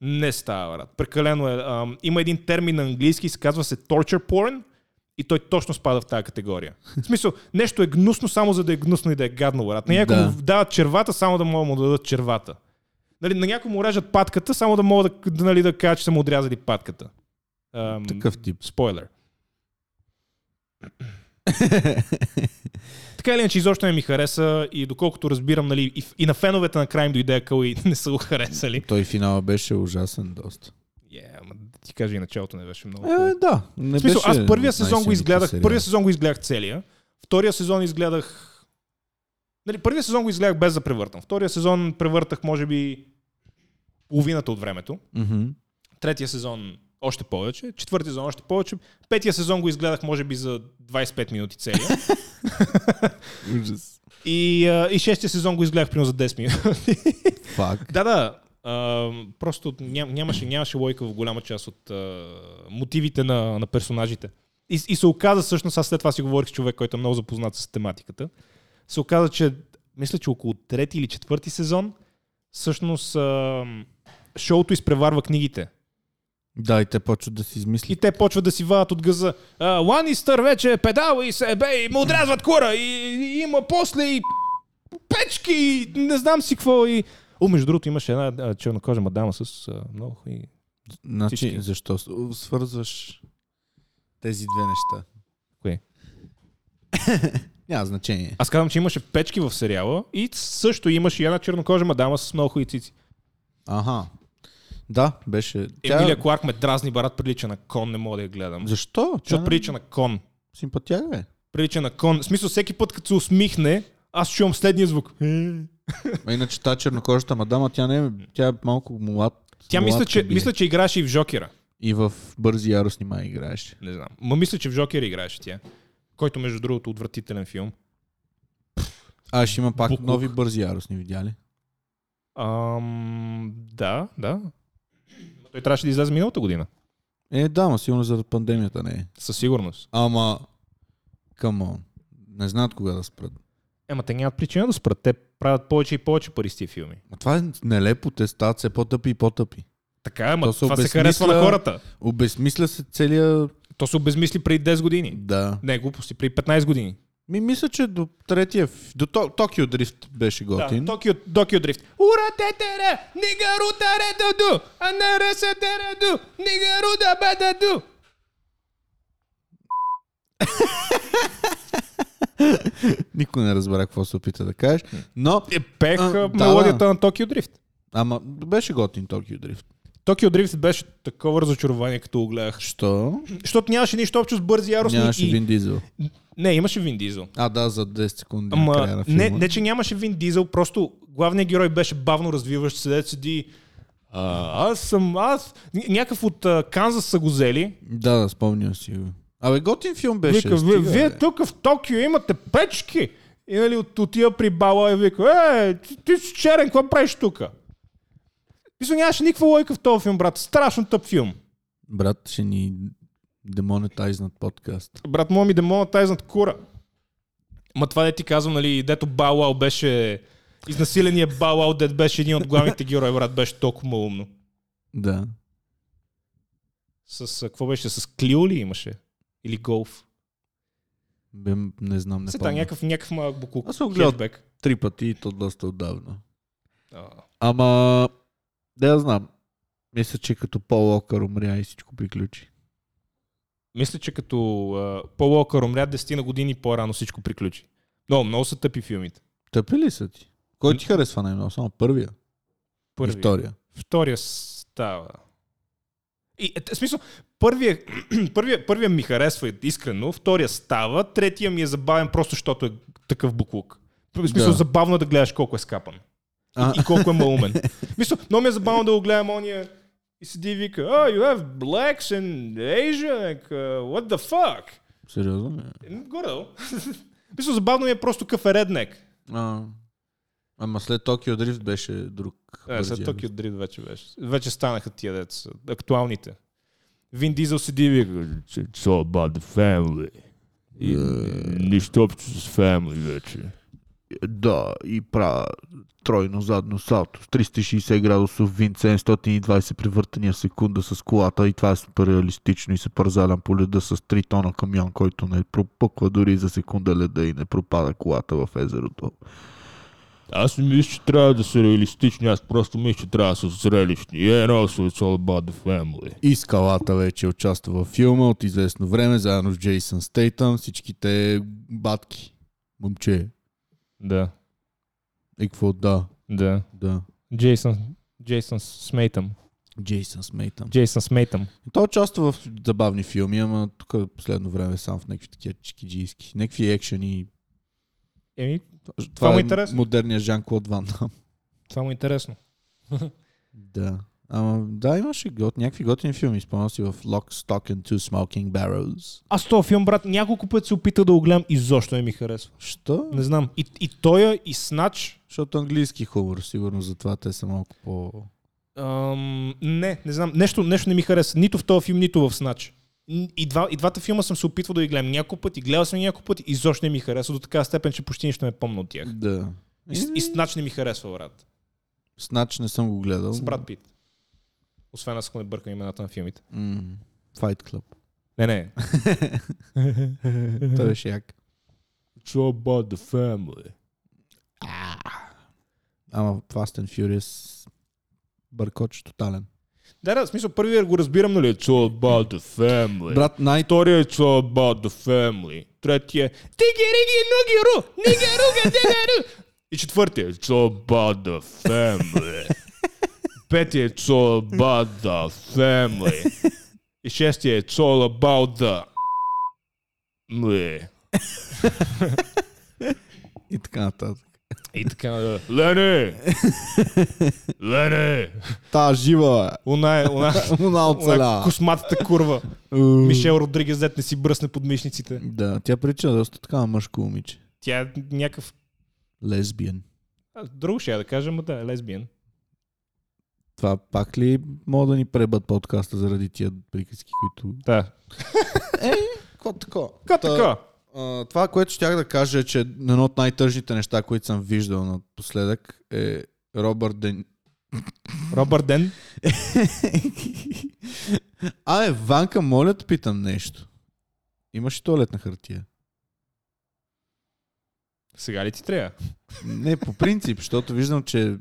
[SPEAKER 2] Не става, брат. Прекалено е. Ам, има един термин на английски, се казва се torture porn. И И той точно спада в тази категория. В смисъл, нещо е гнусно само за да е гнусно и да е гадно, брат. На някой
[SPEAKER 1] Да.
[SPEAKER 2] му дават червата, само да могат да му дадат червата. Нали, на някой му режат патката, само да могат да, да, нали, да кажат, че са му отрязали патката. Ам,
[SPEAKER 1] Такъв тип.
[SPEAKER 2] Спойлер. Така или иначе, изобщо не ми хареса и доколкото разбирам, нали, и, и на феновете на край им дойде къл и не са го харесали.
[SPEAKER 1] Той финала беше ужасен доста.
[SPEAKER 2] Yeah, ама да ти кажа и началото не беше много.
[SPEAKER 1] Е,
[SPEAKER 2] хубаво.
[SPEAKER 1] да. Не
[SPEAKER 2] В смисъл,
[SPEAKER 1] беше
[SPEAKER 2] аз първия сезон го
[SPEAKER 1] най-силните
[SPEAKER 2] изгледах,
[SPEAKER 1] сериали.
[SPEAKER 2] първия сезон го изгледах целия, втория сезон изгледах Нали, първия сезон го изгледах без да превъртам. Втория сезон превъртах, може би, половината от времето.
[SPEAKER 1] Мгм.
[SPEAKER 2] Третия сезон още повече, четвъртия сезон още повече, петия сезон го изгледах, може би, за 25 минути целия.
[SPEAKER 1] Ужас.
[SPEAKER 2] И, а, и шестия сезон го изгледах примерно за 10 минути.
[SPEAKER 1] Фак.
[SPEAKER 2] да, да. А, просто ням, нямаше, нямаше лойка в голяма част от а, мотивите на, на персонажите. И, и се оказа, всъщност, аз след това си говорих с човек, който е много запознат с тематиката. Се оказа, че мисля, че около трети или четвърти сезон, всъщност а, шоуто изпреварва книгите.
[SPEAKER 1] Да, и те почват да си
[SPEAKER 2] И
[SPEAKER 1] измислят.
[SPEAKER 2] те почват да си вадат от гъза. А, Ланистър вече е педал и се бе, и му отрязват кура, и, и има после и печки, и не знам си какво. И... О, между другото, имаше една а, чернокожа мадама с а, много хубави...
[SPEAKER 1] Значи,
[SPEAKER 2] всички.
[SPEAKER 1] защо с- свързваш тези две неща?
[SPEAKER 2] Кое?
[SPEAKER 1] Няма значение.
[SPEAKER 2] Аз казвам, че имаше печки в сериала и също имаше и една чернокожа мадама с много хубави цици.
[SPEAKER 1] Аха. Да, беше... Тя...
[SPEAKER 2] Емилия Кларк ме дразни, барат, прилича на кон, не мога да я гледам.
[SPEAKER 1] Защо? Тя
[SPEAKER 2] Защото
[SPEAKER 1] не-
[SPEAKER 2] прилича на кон.
[SPEAKER 1] Симпатяга е.
[SPEAKER 2] Прилича на кон. В смисъл, всеки път, като се усмихне, аз чувам следния звук.
[SPEAKER 1] А Иначе та чернокожата мадама, тя не е... Тя е малко млад.
[SPEAKER 2] Тя мисля
[SPEAKER 1] младка
[SPEAKER 2] че,
[SPEAKER 1] би е.
[SPEAKER 2] мисля, че играеше и в Жокера.
[SPEAKER 1] И в бързи яростни май играеше.
[SPEAKER 2] Не знам. Ма мисля, че в Жокер играеше тя. Който, между другото, отвратителен филм.
[SPEAKER 1] А, ще има пак
[SPEAKER 2] Буклук.
[SPEAKER 1] нови бързи яростни, видяли?
[SPEAKER 2] Ам, да, да. Но Той трябваше да излезе миналата година.
[SPEAKER 1] Е, да, ма сигурно заради пандемията не е.
[SPEAKER 2] Със сигурност.
[SPEAKER 1] Ама, камон. Не знаят кога да спрат.
[SPEAKER 2] Ема Е, те нямат причина да спрат. Те правят повече и повече пари с тия филми.
[SPEAKER 1] Ма това е нелепо, те стават все по-тъпи и по-тъпи.
[SPEAKER 2] Така, ама
[SPEAKER 1] То
[SPEAKER 2] това
[SPEAKER 1] се
[SPEAKER 2] се харесва на
[SPEAKER 1] обезсмисля.
[SPEAKER 2] хората.
[SPEAKER 1] Обезмисля се целия...
[SPEAKER 2] То се обезмисли преди 10 години.
[SPEAKER 1] Да.
[SPEAKER 2] Не, глупости, преди 15 години.
[SPEAKER 1] Ми мисля, че до третия... ф- До То- Токио Дрифт беше готин.
[SPEAKER 2] Да, Токио, Токио Дрифт. Ура тетере, нигару таре ду, а не ресе тере ду, нигару да беда ду.
[SPEAKER 1] Никой не разбра какво се опита да кажеш. Но,
[SPEAKER 2] Е,
[SPEAKER 1] А,
[SPEAKER 2] пех
[SPEAKER 1] да,
[SPEAKER 2] мелодията на Токио Дрифт.
[SPEAKER 1] ама, беше готин Токио Дрифт.
[SPEAKER 2] Токио Дрифт беше такова разочарование, като го гледах.
[SPEAKER 1] Що?
[SPEAKER 2] Защото нямаше нищо общо с бързи яростни.
[SPEAKER 1] Нямаше
[SPEAKER 2] и...
[SPEAKER 1] Вин Дизел.
[SPEAKER 2] Не, имаше Вин Дизел.
[SPEAKER 1] А, да, за 10 секунди на края
[SPEAKER 2] Ама,
[SPEAKER 1] на филма.
[SPEAKER 2] не, не, че нямаше Вин Дизел, просто главният герой беше бавно развиващ се, дето седи. А, аз съм аз. Ня- Някакъв от а, Канзас са го взели.
[SPEAKER 1] Да, да, спомням си го. Абе, готин филм беше.
[SPEAKER 2] Вика, вие,
[SPEAKER 1] стига, бе.
[SPEAKER 2] вие тук в Токио имате печки. И нали, от, отива при бала и вика, е, ти, ти си черен, какво правиш тук? Мисля, нямаше никаква лойка в този филм, брат. Страшно тъп филм.
[SPEAKER 1] Брат, ще ни демонетайзнат подкаст.
[SPEAKER 2] Брат, моят ми демона тайзнат кура. Ма това де ти казвам, нали, дето Балал беше... Изнасиления Балал, дед беше един от главните герои, брат, беше толкова умно.
[SPEAKER 1] Да.
[SPEAKER 2] С, а, какво беше? С Клио ли имаше? Или Голф?
[SPEAKER 1] Бе, м- не знам, не
[SPEAKER 2] Се там
[SPEAKER 1] помня.
[SPEAKER 2] някакъв, някакъв малък буклук.
[SPEAKER 1] Аз съм гледал.
[SPEAKER 2] Хетбек.
[SPEAKER 1] Три пъти и то доста отдавна.
[SPEAKER 2] А,
[SPEAKER 1] Ама, да я знам. Мисля, че като Пол Локър умря и всичко приключи.
[SPEAKER 2] Мисля, че като uh, Пол Уокър умря 10 на години по-рано всичко приключи. Много, много са тъпи филмите.
[SPEAKER 1] Тъпи ли са ти? Кой ти харесва най-много? Само първия и
[SPEAKER 2] Първия.
[SPEAKER 1] втория.
[SPEAKER 2] Втория става. И, е, т- в смисъл, първия, първия, първия ми харесва искрено, втория става, третия ми е забавен просто защото е такъв буклук. В смисъл,
[SPEAKER 1] Да.
[SPEAKER 2] да. забавно е да гледаш колко е скапан.
[SPEAKER 1] А.
[SPEAKER 2] И, и колко е малумен. В смисъл, много ми е забавно да го гледам ония и седи и вика, oh, you have blacks and Asian, like, uh, what the fuck?
[SPEAKER 1] Сериозно ли? е?
[SPEAKER 2] Еми, Горе, Мисля, забавно ми е просто какъв е реднек.
[SPEAKER 1] А, ама след Токио Дрифт беше друг.
[SPEAKER 2] Е, след
[SPEAKER 1] вариант.
[SPEAKER 2] Токио Дрифт вече беше. Вече станаха тия деца. Актуалните. Вин Дизел седи и вика,
[SPEAKER 4] It's, it's all about the family. И, нищо общо с family вече.
[SPEAKER 1] да, и правя тройно задно салто с 360 градусов винт, 720 превъртания в секунда с колата и това е супер реалистично и се парзалям по леда с 3 тона камион, който не пропъква дори за секунда леда и не пропада колата в езерото.
[SPEAKER 4] Аз не мисля, че трябва да са реалистични, аз просто мисля, че трябва да са зрелищни. Yeah, no, so it's all about the family.
[SPEAKER 1] И скалата вече участва във филма от известно време, заедно с Джейсън Стейтъм, всичките батки. Момче.
[SPEAKER 2] Да,
[SPEAKER 1] И какво да?
[SPEAKER 2] да.
[SPEAKER 1] Да.
[SPEAKER 2] Джейсън, Джейсън Смейтъм.
[SPEAKER 1] Джейсън Смейтъм.
[SPEAKER 2] Джейсън Смейтъм.
[SPEAKER 1] Той участва в забавни филми, ама тук последно време сам в някакви такива чикиджийски. Някакви екшени.
[SPEAKER 2] Еми,
[SPEAKER 1] Това,
[SPEAKER 2] му
[SPEAKER 1] е
[SPEAKER 2] интересно.
[SPEAKER 1] модерният Жан-Клод Ван Дам.
[SPEAKER 2] това му е интересно.
[SPEAKER 1] Да. Ама да, имаше гот, някакви готини филми. Спомням си в Lock, Stock and Two Smoking Barrels.
[SPEAKER 2] Аз този филм, брат, няколко пъти се опитах да го гледам, изобщо не ми харесва.
[SPEAKER 1] Що?
[SPEAKER 2] Не знам. И, и тоя, и Снач.
[SPEAKER 1] Защото английски хумор, сигурно затова те са малко по...
[SPEAKER 2] Ам, не, не знам. Нещо, нещо не ми хареса. Нито в този филм, нито в Снач. Н- И, два, и двата филма съм се опитвал да ги гледам няколко пъти. Гледал съм ги няколко пъти. Изобщо не ми харесва до така степен, че почти нищо не помня от тях.
[SPEAKER 1] Да.
[SPEAKER 2] И, с- и Снач не ми харесва, брат.
[SPEAKER 1] Снач не съм го гледал.
[SPEAKER 2] С Брат Пит. Освен аз ако не бъркам имената на филмите.
[SPEAKER 1] М, Fight Club.
[SPEAKER 2] Не, не. Е.
[SPEAKER 1] Той беше як.
[SPEAKER 4] It's all about the family.
[SPEAKER 1] Ама Fast and Furious бъркоч тотален.
[SPEAKER 2] Да, да, в смисъл първият го разбирам, нали?
[SPEAKER 4] It's all about the family.
[SPEAKER 1] Брат, най
[SPEAKER 4] Втория е It's all about the family. Третия е Тиги риги нуги ру, ниги руга дегару. И четвъртия е It's all about the family. Петия е It's all about the family. И шестия е It's all about the... Мли.
[SPEAKER 1] и така нататък.
[SPEAKER 2] И така. да.
[SPEAKER 4] Лени! Лени!
[SPEAKER 1] Та жива
[SPEAKER 2] Она е, она,
[SPEAKER 1] е. Она
[SPEAKER 2] она е
[SPEAKER 1] оцеля.
[SPEAKER 2] косматата курва.
[SPEAKER 1] М.
[SPEAKER 2] Мишел Родригес дет не си бръсне под мишниците.
[SPEAKER 1] Да, тя причина е доста така мъжко момиче.
[SPEAKER 2] Тя е някакъв...
[SPEAKER 1] Лесбиен.
[SPEAKER 2] а, Друго ще я да кажа, но да, е лесбиен.
[SPEAKER 1] Това пак ли мога да ни пребат подкаста заради тия приказки, които...
[SPEAKER 2] Да.
[SPEAKER 1] Какво тако?
[SPEAKER 2] Как така?
[SPEAKER 1] А, това, което щях да кажа е, че едно от най-тъжните неща, които съм виждал напоследък е Робърт Ден...
[SPEAKER 2] Робърт Ден?
[SPEAKER 1] а, е, Ванка, моля да питам нещо. Имаш ли туалетна хартия?
[SPEAKER 2] Сега ли ти трябва?
[SPEAKER 1] Не, по принцип, защото виждам, че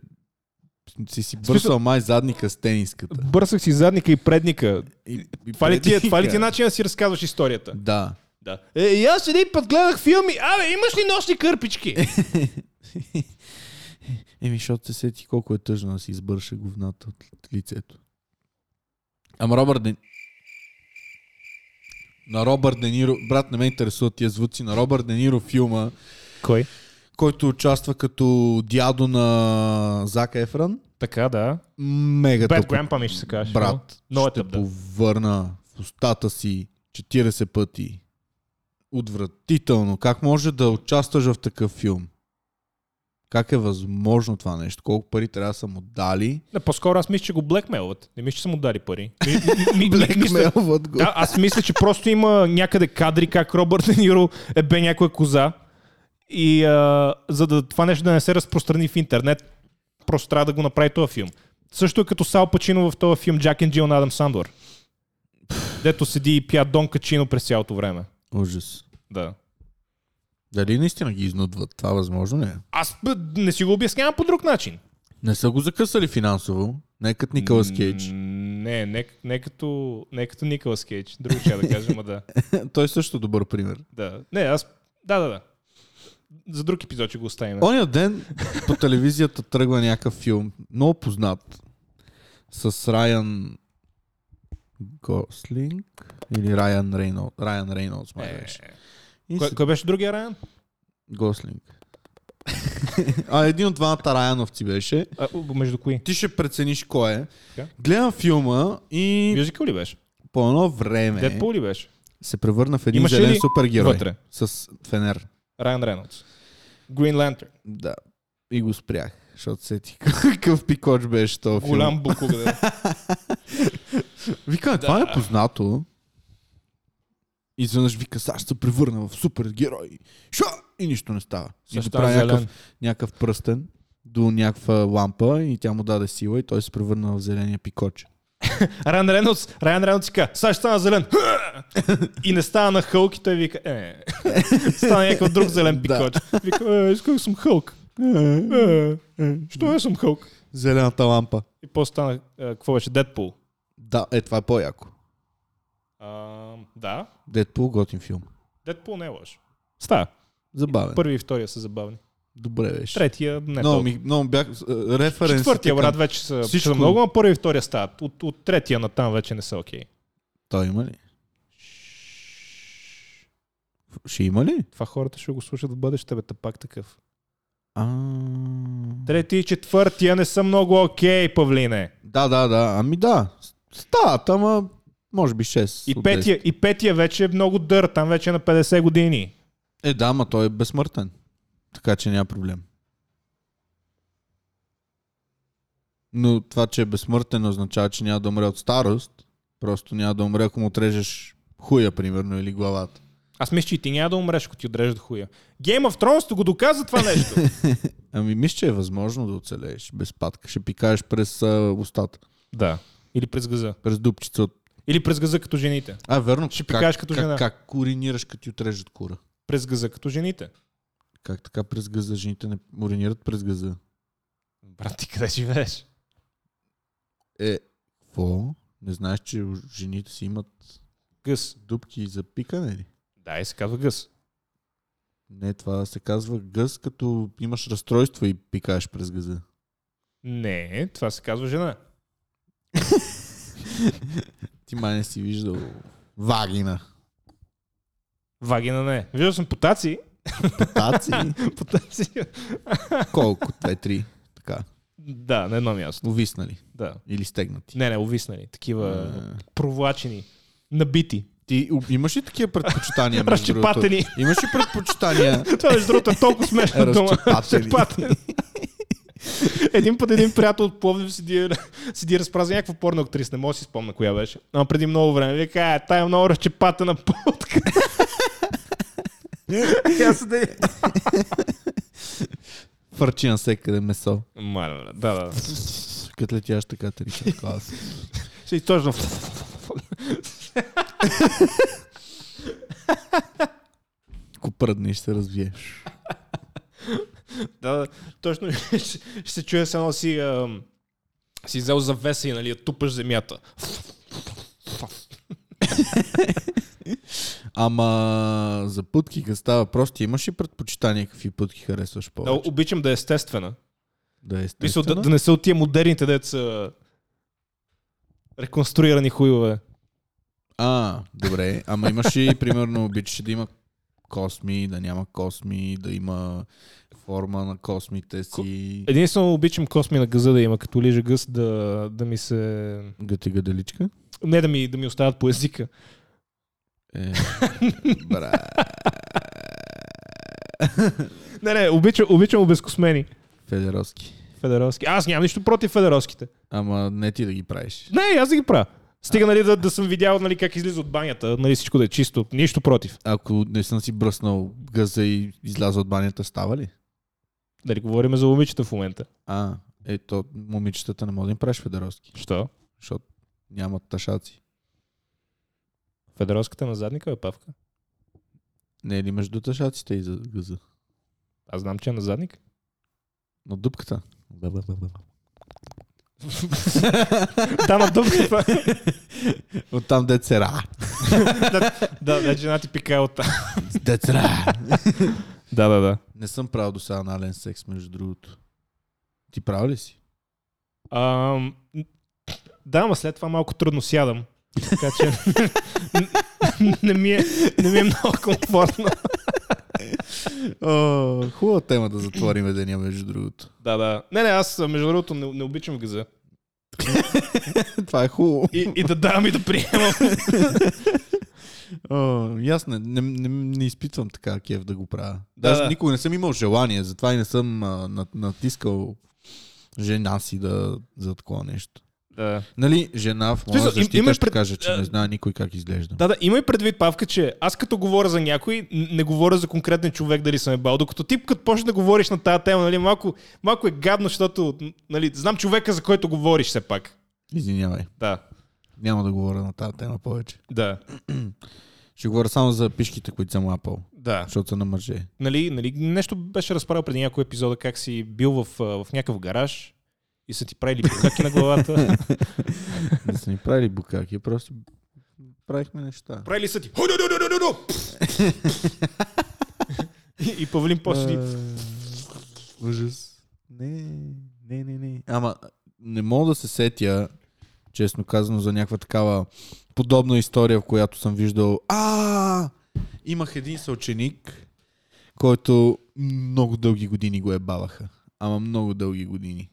[SPEAKER 1] си си
[SPEAKER 2] смисъл-
[SPEAKER 1] бърсал май задника с тениската.
[SPEAKER 2] Бърсах си задника и предника.
[SPEAKER 1] И, и
[SPEAKER 2] Това ли ти е,
[SPEAKER 1] предника.
[SPEAKER 2] това ли ти е начин да си разказваш историята?
[SPEAKER 1] Да.
[SPEAKER 2] Да. Е, и аз един път гледах филми. Абе, имаш ли нощни кърпички?
[SPEAKER 1] Еми, защото се сети колко е тъжно да си избърша говната от лицето. Ама Робърт Ден... На Робърт Дениро... Брат, не ме интересуват тия звуци. На Робърт Дениро филма,
[SPEAKER 2] Кой?
[SPEAKER 1] който участва като дядо на Зак Ефран.
[SPEAKER 2] Така, да.
[SPEAKER 1] Мега
[SPEAKER 2] Бед
[SPEAKER 1] тъпо.
[SPEAKER 2] Грампа ми ще се каже.
[SPEAKER 1] Брат,
[SPEAKER 2] Но е
[SPEAKER 1] ще
[SPEAKER 2] тъп, да.
[SPEAKER 1] повърна в устата си 40 пъти. Отвратително. Как може да участваш в такъв филм? Как е възможно това нещо? Колко пари трябва да са му дали?
[SPEAKER 2] Не, по-скоро аз мисля, че го блекмейлват. Не мисля, че са му дали пари. Ми- ми- ми- ми- мисля-
[SPEAKER 1] Блекмейлват го.
[SPEAKER 2] Да, аз мисля, че просто има някъде кадри как Робърт Де Ниро е бе някоя коза. И а, за да това нещо да не се разпространи в интернет, просто трябва да го направи този филм. Също е като Сал Пачино в този филм Джак and Джилл на Адам Сандор. Дето седи и пия Дон Качино през цялото време.
[SPEAKER 1] Ужас.
[SPEAKER 2] Да.
[SPEAKER 1] Дали наистина ги изнудват? Това възможно ли е?
[SPEAKER 2] Аз бе, не си го обяснявам по друг начин.
[SPEAKER 1] Не са го закъсали финансово. Не като Николас Кейдж.
[SPEAKER 2] М, Не, не, не, като, не като Николас Кейдж. Друго ще да кажа, ма да.
[SPEAKER 1] Той е също добър пример.
[SPEAKER 2] да. Не, аз... Да, да, да. За друг епизод ще го оставим.
[SPEAKER 1] Оня ден по телевизията тръгва някакъв филм, много познат, с Райан Гослинг или Райан Рейнолдс. Райан Рейнолдс, май
[SPEAKER 2] Е,
[SPEAKER 1] беше. И
[SPEAKER 2] Кой,
[SPEAKER 1] с-
[SPEAKER 2] кой беше другия Райан?
[SPEAKER 1] Гослинг. а един от двамата Райановци беше.
[SPEAKER 2] А, у- между кои?
[SPEAKER 1] Ти ще прецениш кой е.
[SPEAKER 2] Така.
[SPEAKER 1] Гледам филма и
[SPEAKER 2] Мюзикъл ли беше?
[SPEAKER 1] по едно време
[SPEAKER 2] Дедпул ли беше?
[SPEAKER 1] се превърна в един
[SPEAKER 2] Имаше
[SPEAKER 1] зелен
[SPEAKER 2] ли
[SPEAKER 1] супергерой
[SPEAKER 2] вътре?
[SPEAKER 1] с фенер.
[SPEAKER 2] Райан Рейнолдс. Green Lantern.
[SPEAKER 1] Да. И го спрях, защото сетих какъв пикоч беше този филм.
[SPEAKER 2] Голям букук. Да.
[SPEAKER 1] Вика, това е познато. И изведнъж вика, сега ще се превърна в супергерой. Шо? и нищо не става. И
[SPEAKER 2] Също
[SPEAKER 1] направи
[SPEAKER 2] зелен.
[SPEAKER 1] някакъв, някакъв пръстен до някаква лампа и тя му даде сила и той се превърна в зеления пикоче.
[SPEAKER 2] Райан Рейнолдс, Райан Рейнолдс си каза, сега ще стана зелен. и не стана на Хълк и той вика, е, стана някакъв друг зелен пикоч. Вика, е, исках да съм Хълк. Е, Що не съм Хълк?
[SPEAKER 1] Зелената лампа.
[SPEAKER 2] И после стана, е, какво беше, Дедпул.
[SPEAKER 1] Да, е това е по-яко.
[SPEAKER 2] А, да,
[SPEAKER 1] Дедпул готин филм.
[SPEAKER 2] Дедпул не е лош. Става.
[SPEAKER 1] Забавен.
[SPEAKER 2] Първи и втория са забавни.
[SPEAKER 1] Добре беше.
[SPEAKER 2] Третия не
[SPEAKER 1] Много
[SPEAKER 2] е толкова.
[SPEAKER 1] ми, много бях е, референсите
[SPEAKER 2] Четвъртия,
[SPEAKER 1] към-
[SPEAKER 2] брат, вече са,
[SPEAKER 1] Всичко-
[SPEAKER 2] са много, а първи и втория стават. От, от третия на там вече не са окей.
[SPEAKER 1] Той има ли? Ще има ли?
[SPEAKER 2] Това хората ще го слушат в бъдеще, бе, та пак такъв.
[SPEAKER 1] А...
[SPEAKER 2] Трети и четвъртия не са много окей, Павлине.
[SPEAKER 1] Да, да, да. Ами да. Стават, ама може би 6.
[SPEAKER 2] И петия, и петия вече е много дър, там вече е на 50 години.
[SPEAKER 1] Е, да, ама той е безсмъртен. Така че няма проблем. Но това, че е безсмъртен, не означава, че няма да умре от старост. Просто няма да умре, ако му отрежеш хуя, примерно, или главата.
[SPEAKER 2] Аз мисля, че и ти няма да умреш, ако ти отрежат хуя. Game of Thrones го доказа това нещо.
[SPEAKER 1] Ами, мисля, че е възможно да оцелееш без патка. Ще пикаеш през а, устата,
[SPEAKER 2] да. Или през газа.
[SPEAKER 1] през дупчица от...
[SPEAKER 2] Или през газа като жените.
[SPEAKER 1] А, верно.
[SPEAKER 2] Ще
[SPEAKER 1] как-
[SPEAKER 2] пикаеш като
[SPEAKER 1] как,
[SPEAKER 2] жена.
[SPEAKER 1] Как коринираш, като ти отрежат кура?
[SPEAKER 2] През газа като жените.
[SPEAKER 1] Как така през газа? Жените не уринират през газа.
[SPEAKER 2] Брат, ти къде живееш?
[SPEAKER 1] Е, какво? Не знаеш, че жените си имат
[SPEAKER 2] Гъс.
[SPEAKER 1] дупки за пикане ли?
[SPEAKER 2] Да, и се казва гъс.
[SPEAKER 1] Не, това се казва гъс, като имаш разстройство и пикаеш през газа.
[SPEAKER 2] Не, това се казва жена.
[SPEAKER 1] Ти май не си виждал вагина.
[SPEAKER 2] Вагина не. Виждал съм потаци.
[SPEAKER 1] Таци,
[SPEAKER 2] потаци.
[SPEAKER 1] колко? Две-три. Така.
[SPEAKER 2] да, на едно място.
[SPEAKER 1] Увиснали.
[SPEAKER 2] Да.
[SPEAKER 1] Или стегнати.
[SPEAKER 2] Не, не, увиснали. Такива
[SPEAKER 1] Е.
[SPEAKER 2] провлачени, набити.
[SPEAKER 1] Ти у- имаш ли такива предпочитания? между другото?
[SPEAKER 2] Разчепатени.
[SPEAKER 1] Имаш ли предпочитания?
[SPEAKER 2] Това между другото е толкова смешна дума.
[SPEAKER 1] Разчепатели.
[SPEAKER 2] Разчепатели. един път един приятел от Пловдив седи, седи и разпразва някаква порно актриса, не мога да си спомня коя беше. Ама преди много време вика, а, тая е много разчепатена потка.
[SPEAKER 1] Фърчи на всекъде месо.
[SPEAKER 2] Маля, да, да.
[SPEAKER 1] Като летяш така, те ричат е клас.
[SPEAKER 2] Ще източно.
[SPEAKER 1] Ако пръднеш, се развиеш.
[SPEAKER 2] Да, да, точно ще, ще се чуе с едно си, ам, си взел завеса и нали, я тупаш земята.
[SPEAKER 1] Ама за путки, като става просто, имаш ли предпочитания какви путки харесваш повече?
[SPEAKER 2] Много обичам да е естествена.
[SPEAKER 1] Да е
[SPEAKER 2] Мисля, да,
[SPEAKER 1] естествено.
[SPEAKER 2] да не са от тия модерните деца реконструирани хуйове.
[SPEAKER 1] А, добре. Ама имаш ли, примерно, обичаш да има косми, да няма косми, да има форма на космите си.
[SPEAKER 2] Единствено обичам косми на газа да има, като лижа гъс да, да ми се...
[SPEAKER 1] Гъти гаделичка?
[SPEAKER 2] Не да ми, да ми остават по езика.
[SPEAKER 1] Е, бра.
[SPEAKER 2] Не, не, обичам, обичам обезкосмени.
[SPEAKER 1] Федеровски.
[SPEAKER 2] Федеровски. Аз нямам нищо против федеровските.
[SPEAKER 1] Ама не ти да ги правиш.
[SPEAKER 2] Не, аз да ги правя. Стига нали, да, да съм видял нали, как излиза от банята, нали, всичко да е чисто. Нищо против.
[SPEAKER 1] Ако не съм си бръснал газа и изляза от банята, става ли?
[SPEAKER 2] Нали, говорим за момичета в момента.
[SPEAKER 1] А, ето, момичетата не може да им правиш федеровски,
[SPEAKER 2] Що?
[SPEAKER 1] защото нямат ташаци.
[SPEAKER 2] Федеровската на задника е павка.
[SPEAKER 1] Не е ли между тъшаците и за газа?
[SPEAKER 2] Аз знам, че е на задник.
[SPEAKER 1] На дупката?
[SPEAKER 2] Да, на дупката.
[SPEAKER 1] От там децера.
[SPEAKER 2] да, вече една ти пика от
[SPEAKER 1] Децера.
[SPEAKER 2] Да, да, да.
[SPEAKER 1] Не съм правил до сега анален секс, между другото. Ти правил ли си?
[SPEAKER 2] Ам, да, ама след това малко трудно сядам. Така че н- не, ми е, не ми е много комфортно.
[SPEAKER 1] О, хубава тема да затворим деня, между другото.
[SPEAKER 2] Да, да. Не, не, аз между другото не, не обичам газа.
[SPEAKER 1] Това е хубаво.
[SPEAKER 2] И, и да давам и да приемам.
[SPEAKER 1] О, и аз не, не, не, не изпитвам така кеф да го правя.
[SPEAKER 2] Да,
[SPEAKER 1] Даже
[SPEAKER 2] да.
[SPEAKER 1] никога не съм имал желание, затова и не съм а, на- натискал жена си да за такова нещо.
[SPEAKER 5] Да.
[SPEAKER 1] Нали, жена в моя
[SPEAKER 2] Смисъл, им-
[SPEAKER 1] защита
[SPEAKER 2] има
[SPEAKER 1] ще
[SPEAKER 2] пред-
[SPEAKER 1] каже, че
[SPEAKER 2] а,
[SPEAKER 1] не знае никой как изглежда.
[SPEAKER 2] Да, да, има и предвид, Павка, че аз като говоря за някой, н- не говоря за конкретен човек дали съм е бал. Докато ти като почнеш да говориш на тази тема, нали, малко, малко е гадно, защото нали, знам човека, за който говориш все пак.
[SPEAKER 1] Извинявай,
[SPEAKER 2] Да,
[SPEAKER 1] няма да говоря на тази тема повече.
[SPEAKER 2] да,
[SPEAKER 1] Ще говоря само за пишките, които съм лапал,
[SPEAKER 2] да.
[SPEAKER 1] защото са на мъже.
[SPEAKER 2] Нали, нали, нещо беше разправил преди някой епизода, как си бил в, а, в някакъв гараж и са ти правили пукаки на главата.
[SPEAKER 1] Не са ни правили букаки, просто правихме неща.
[SPEAKER 2] правили са ти. «Ху, ду, ду, ду, ду, ду, ду!» и, и Павлин после ти...
[SPEAKER 1] Е, Ужас. Не, не, не, не. Ама не мога да се сетя, честно казано, за някаква такава подобна история, в която съм виждал. А, имах един съученик, който много дълги години го ебаваха. Ама много дълги години.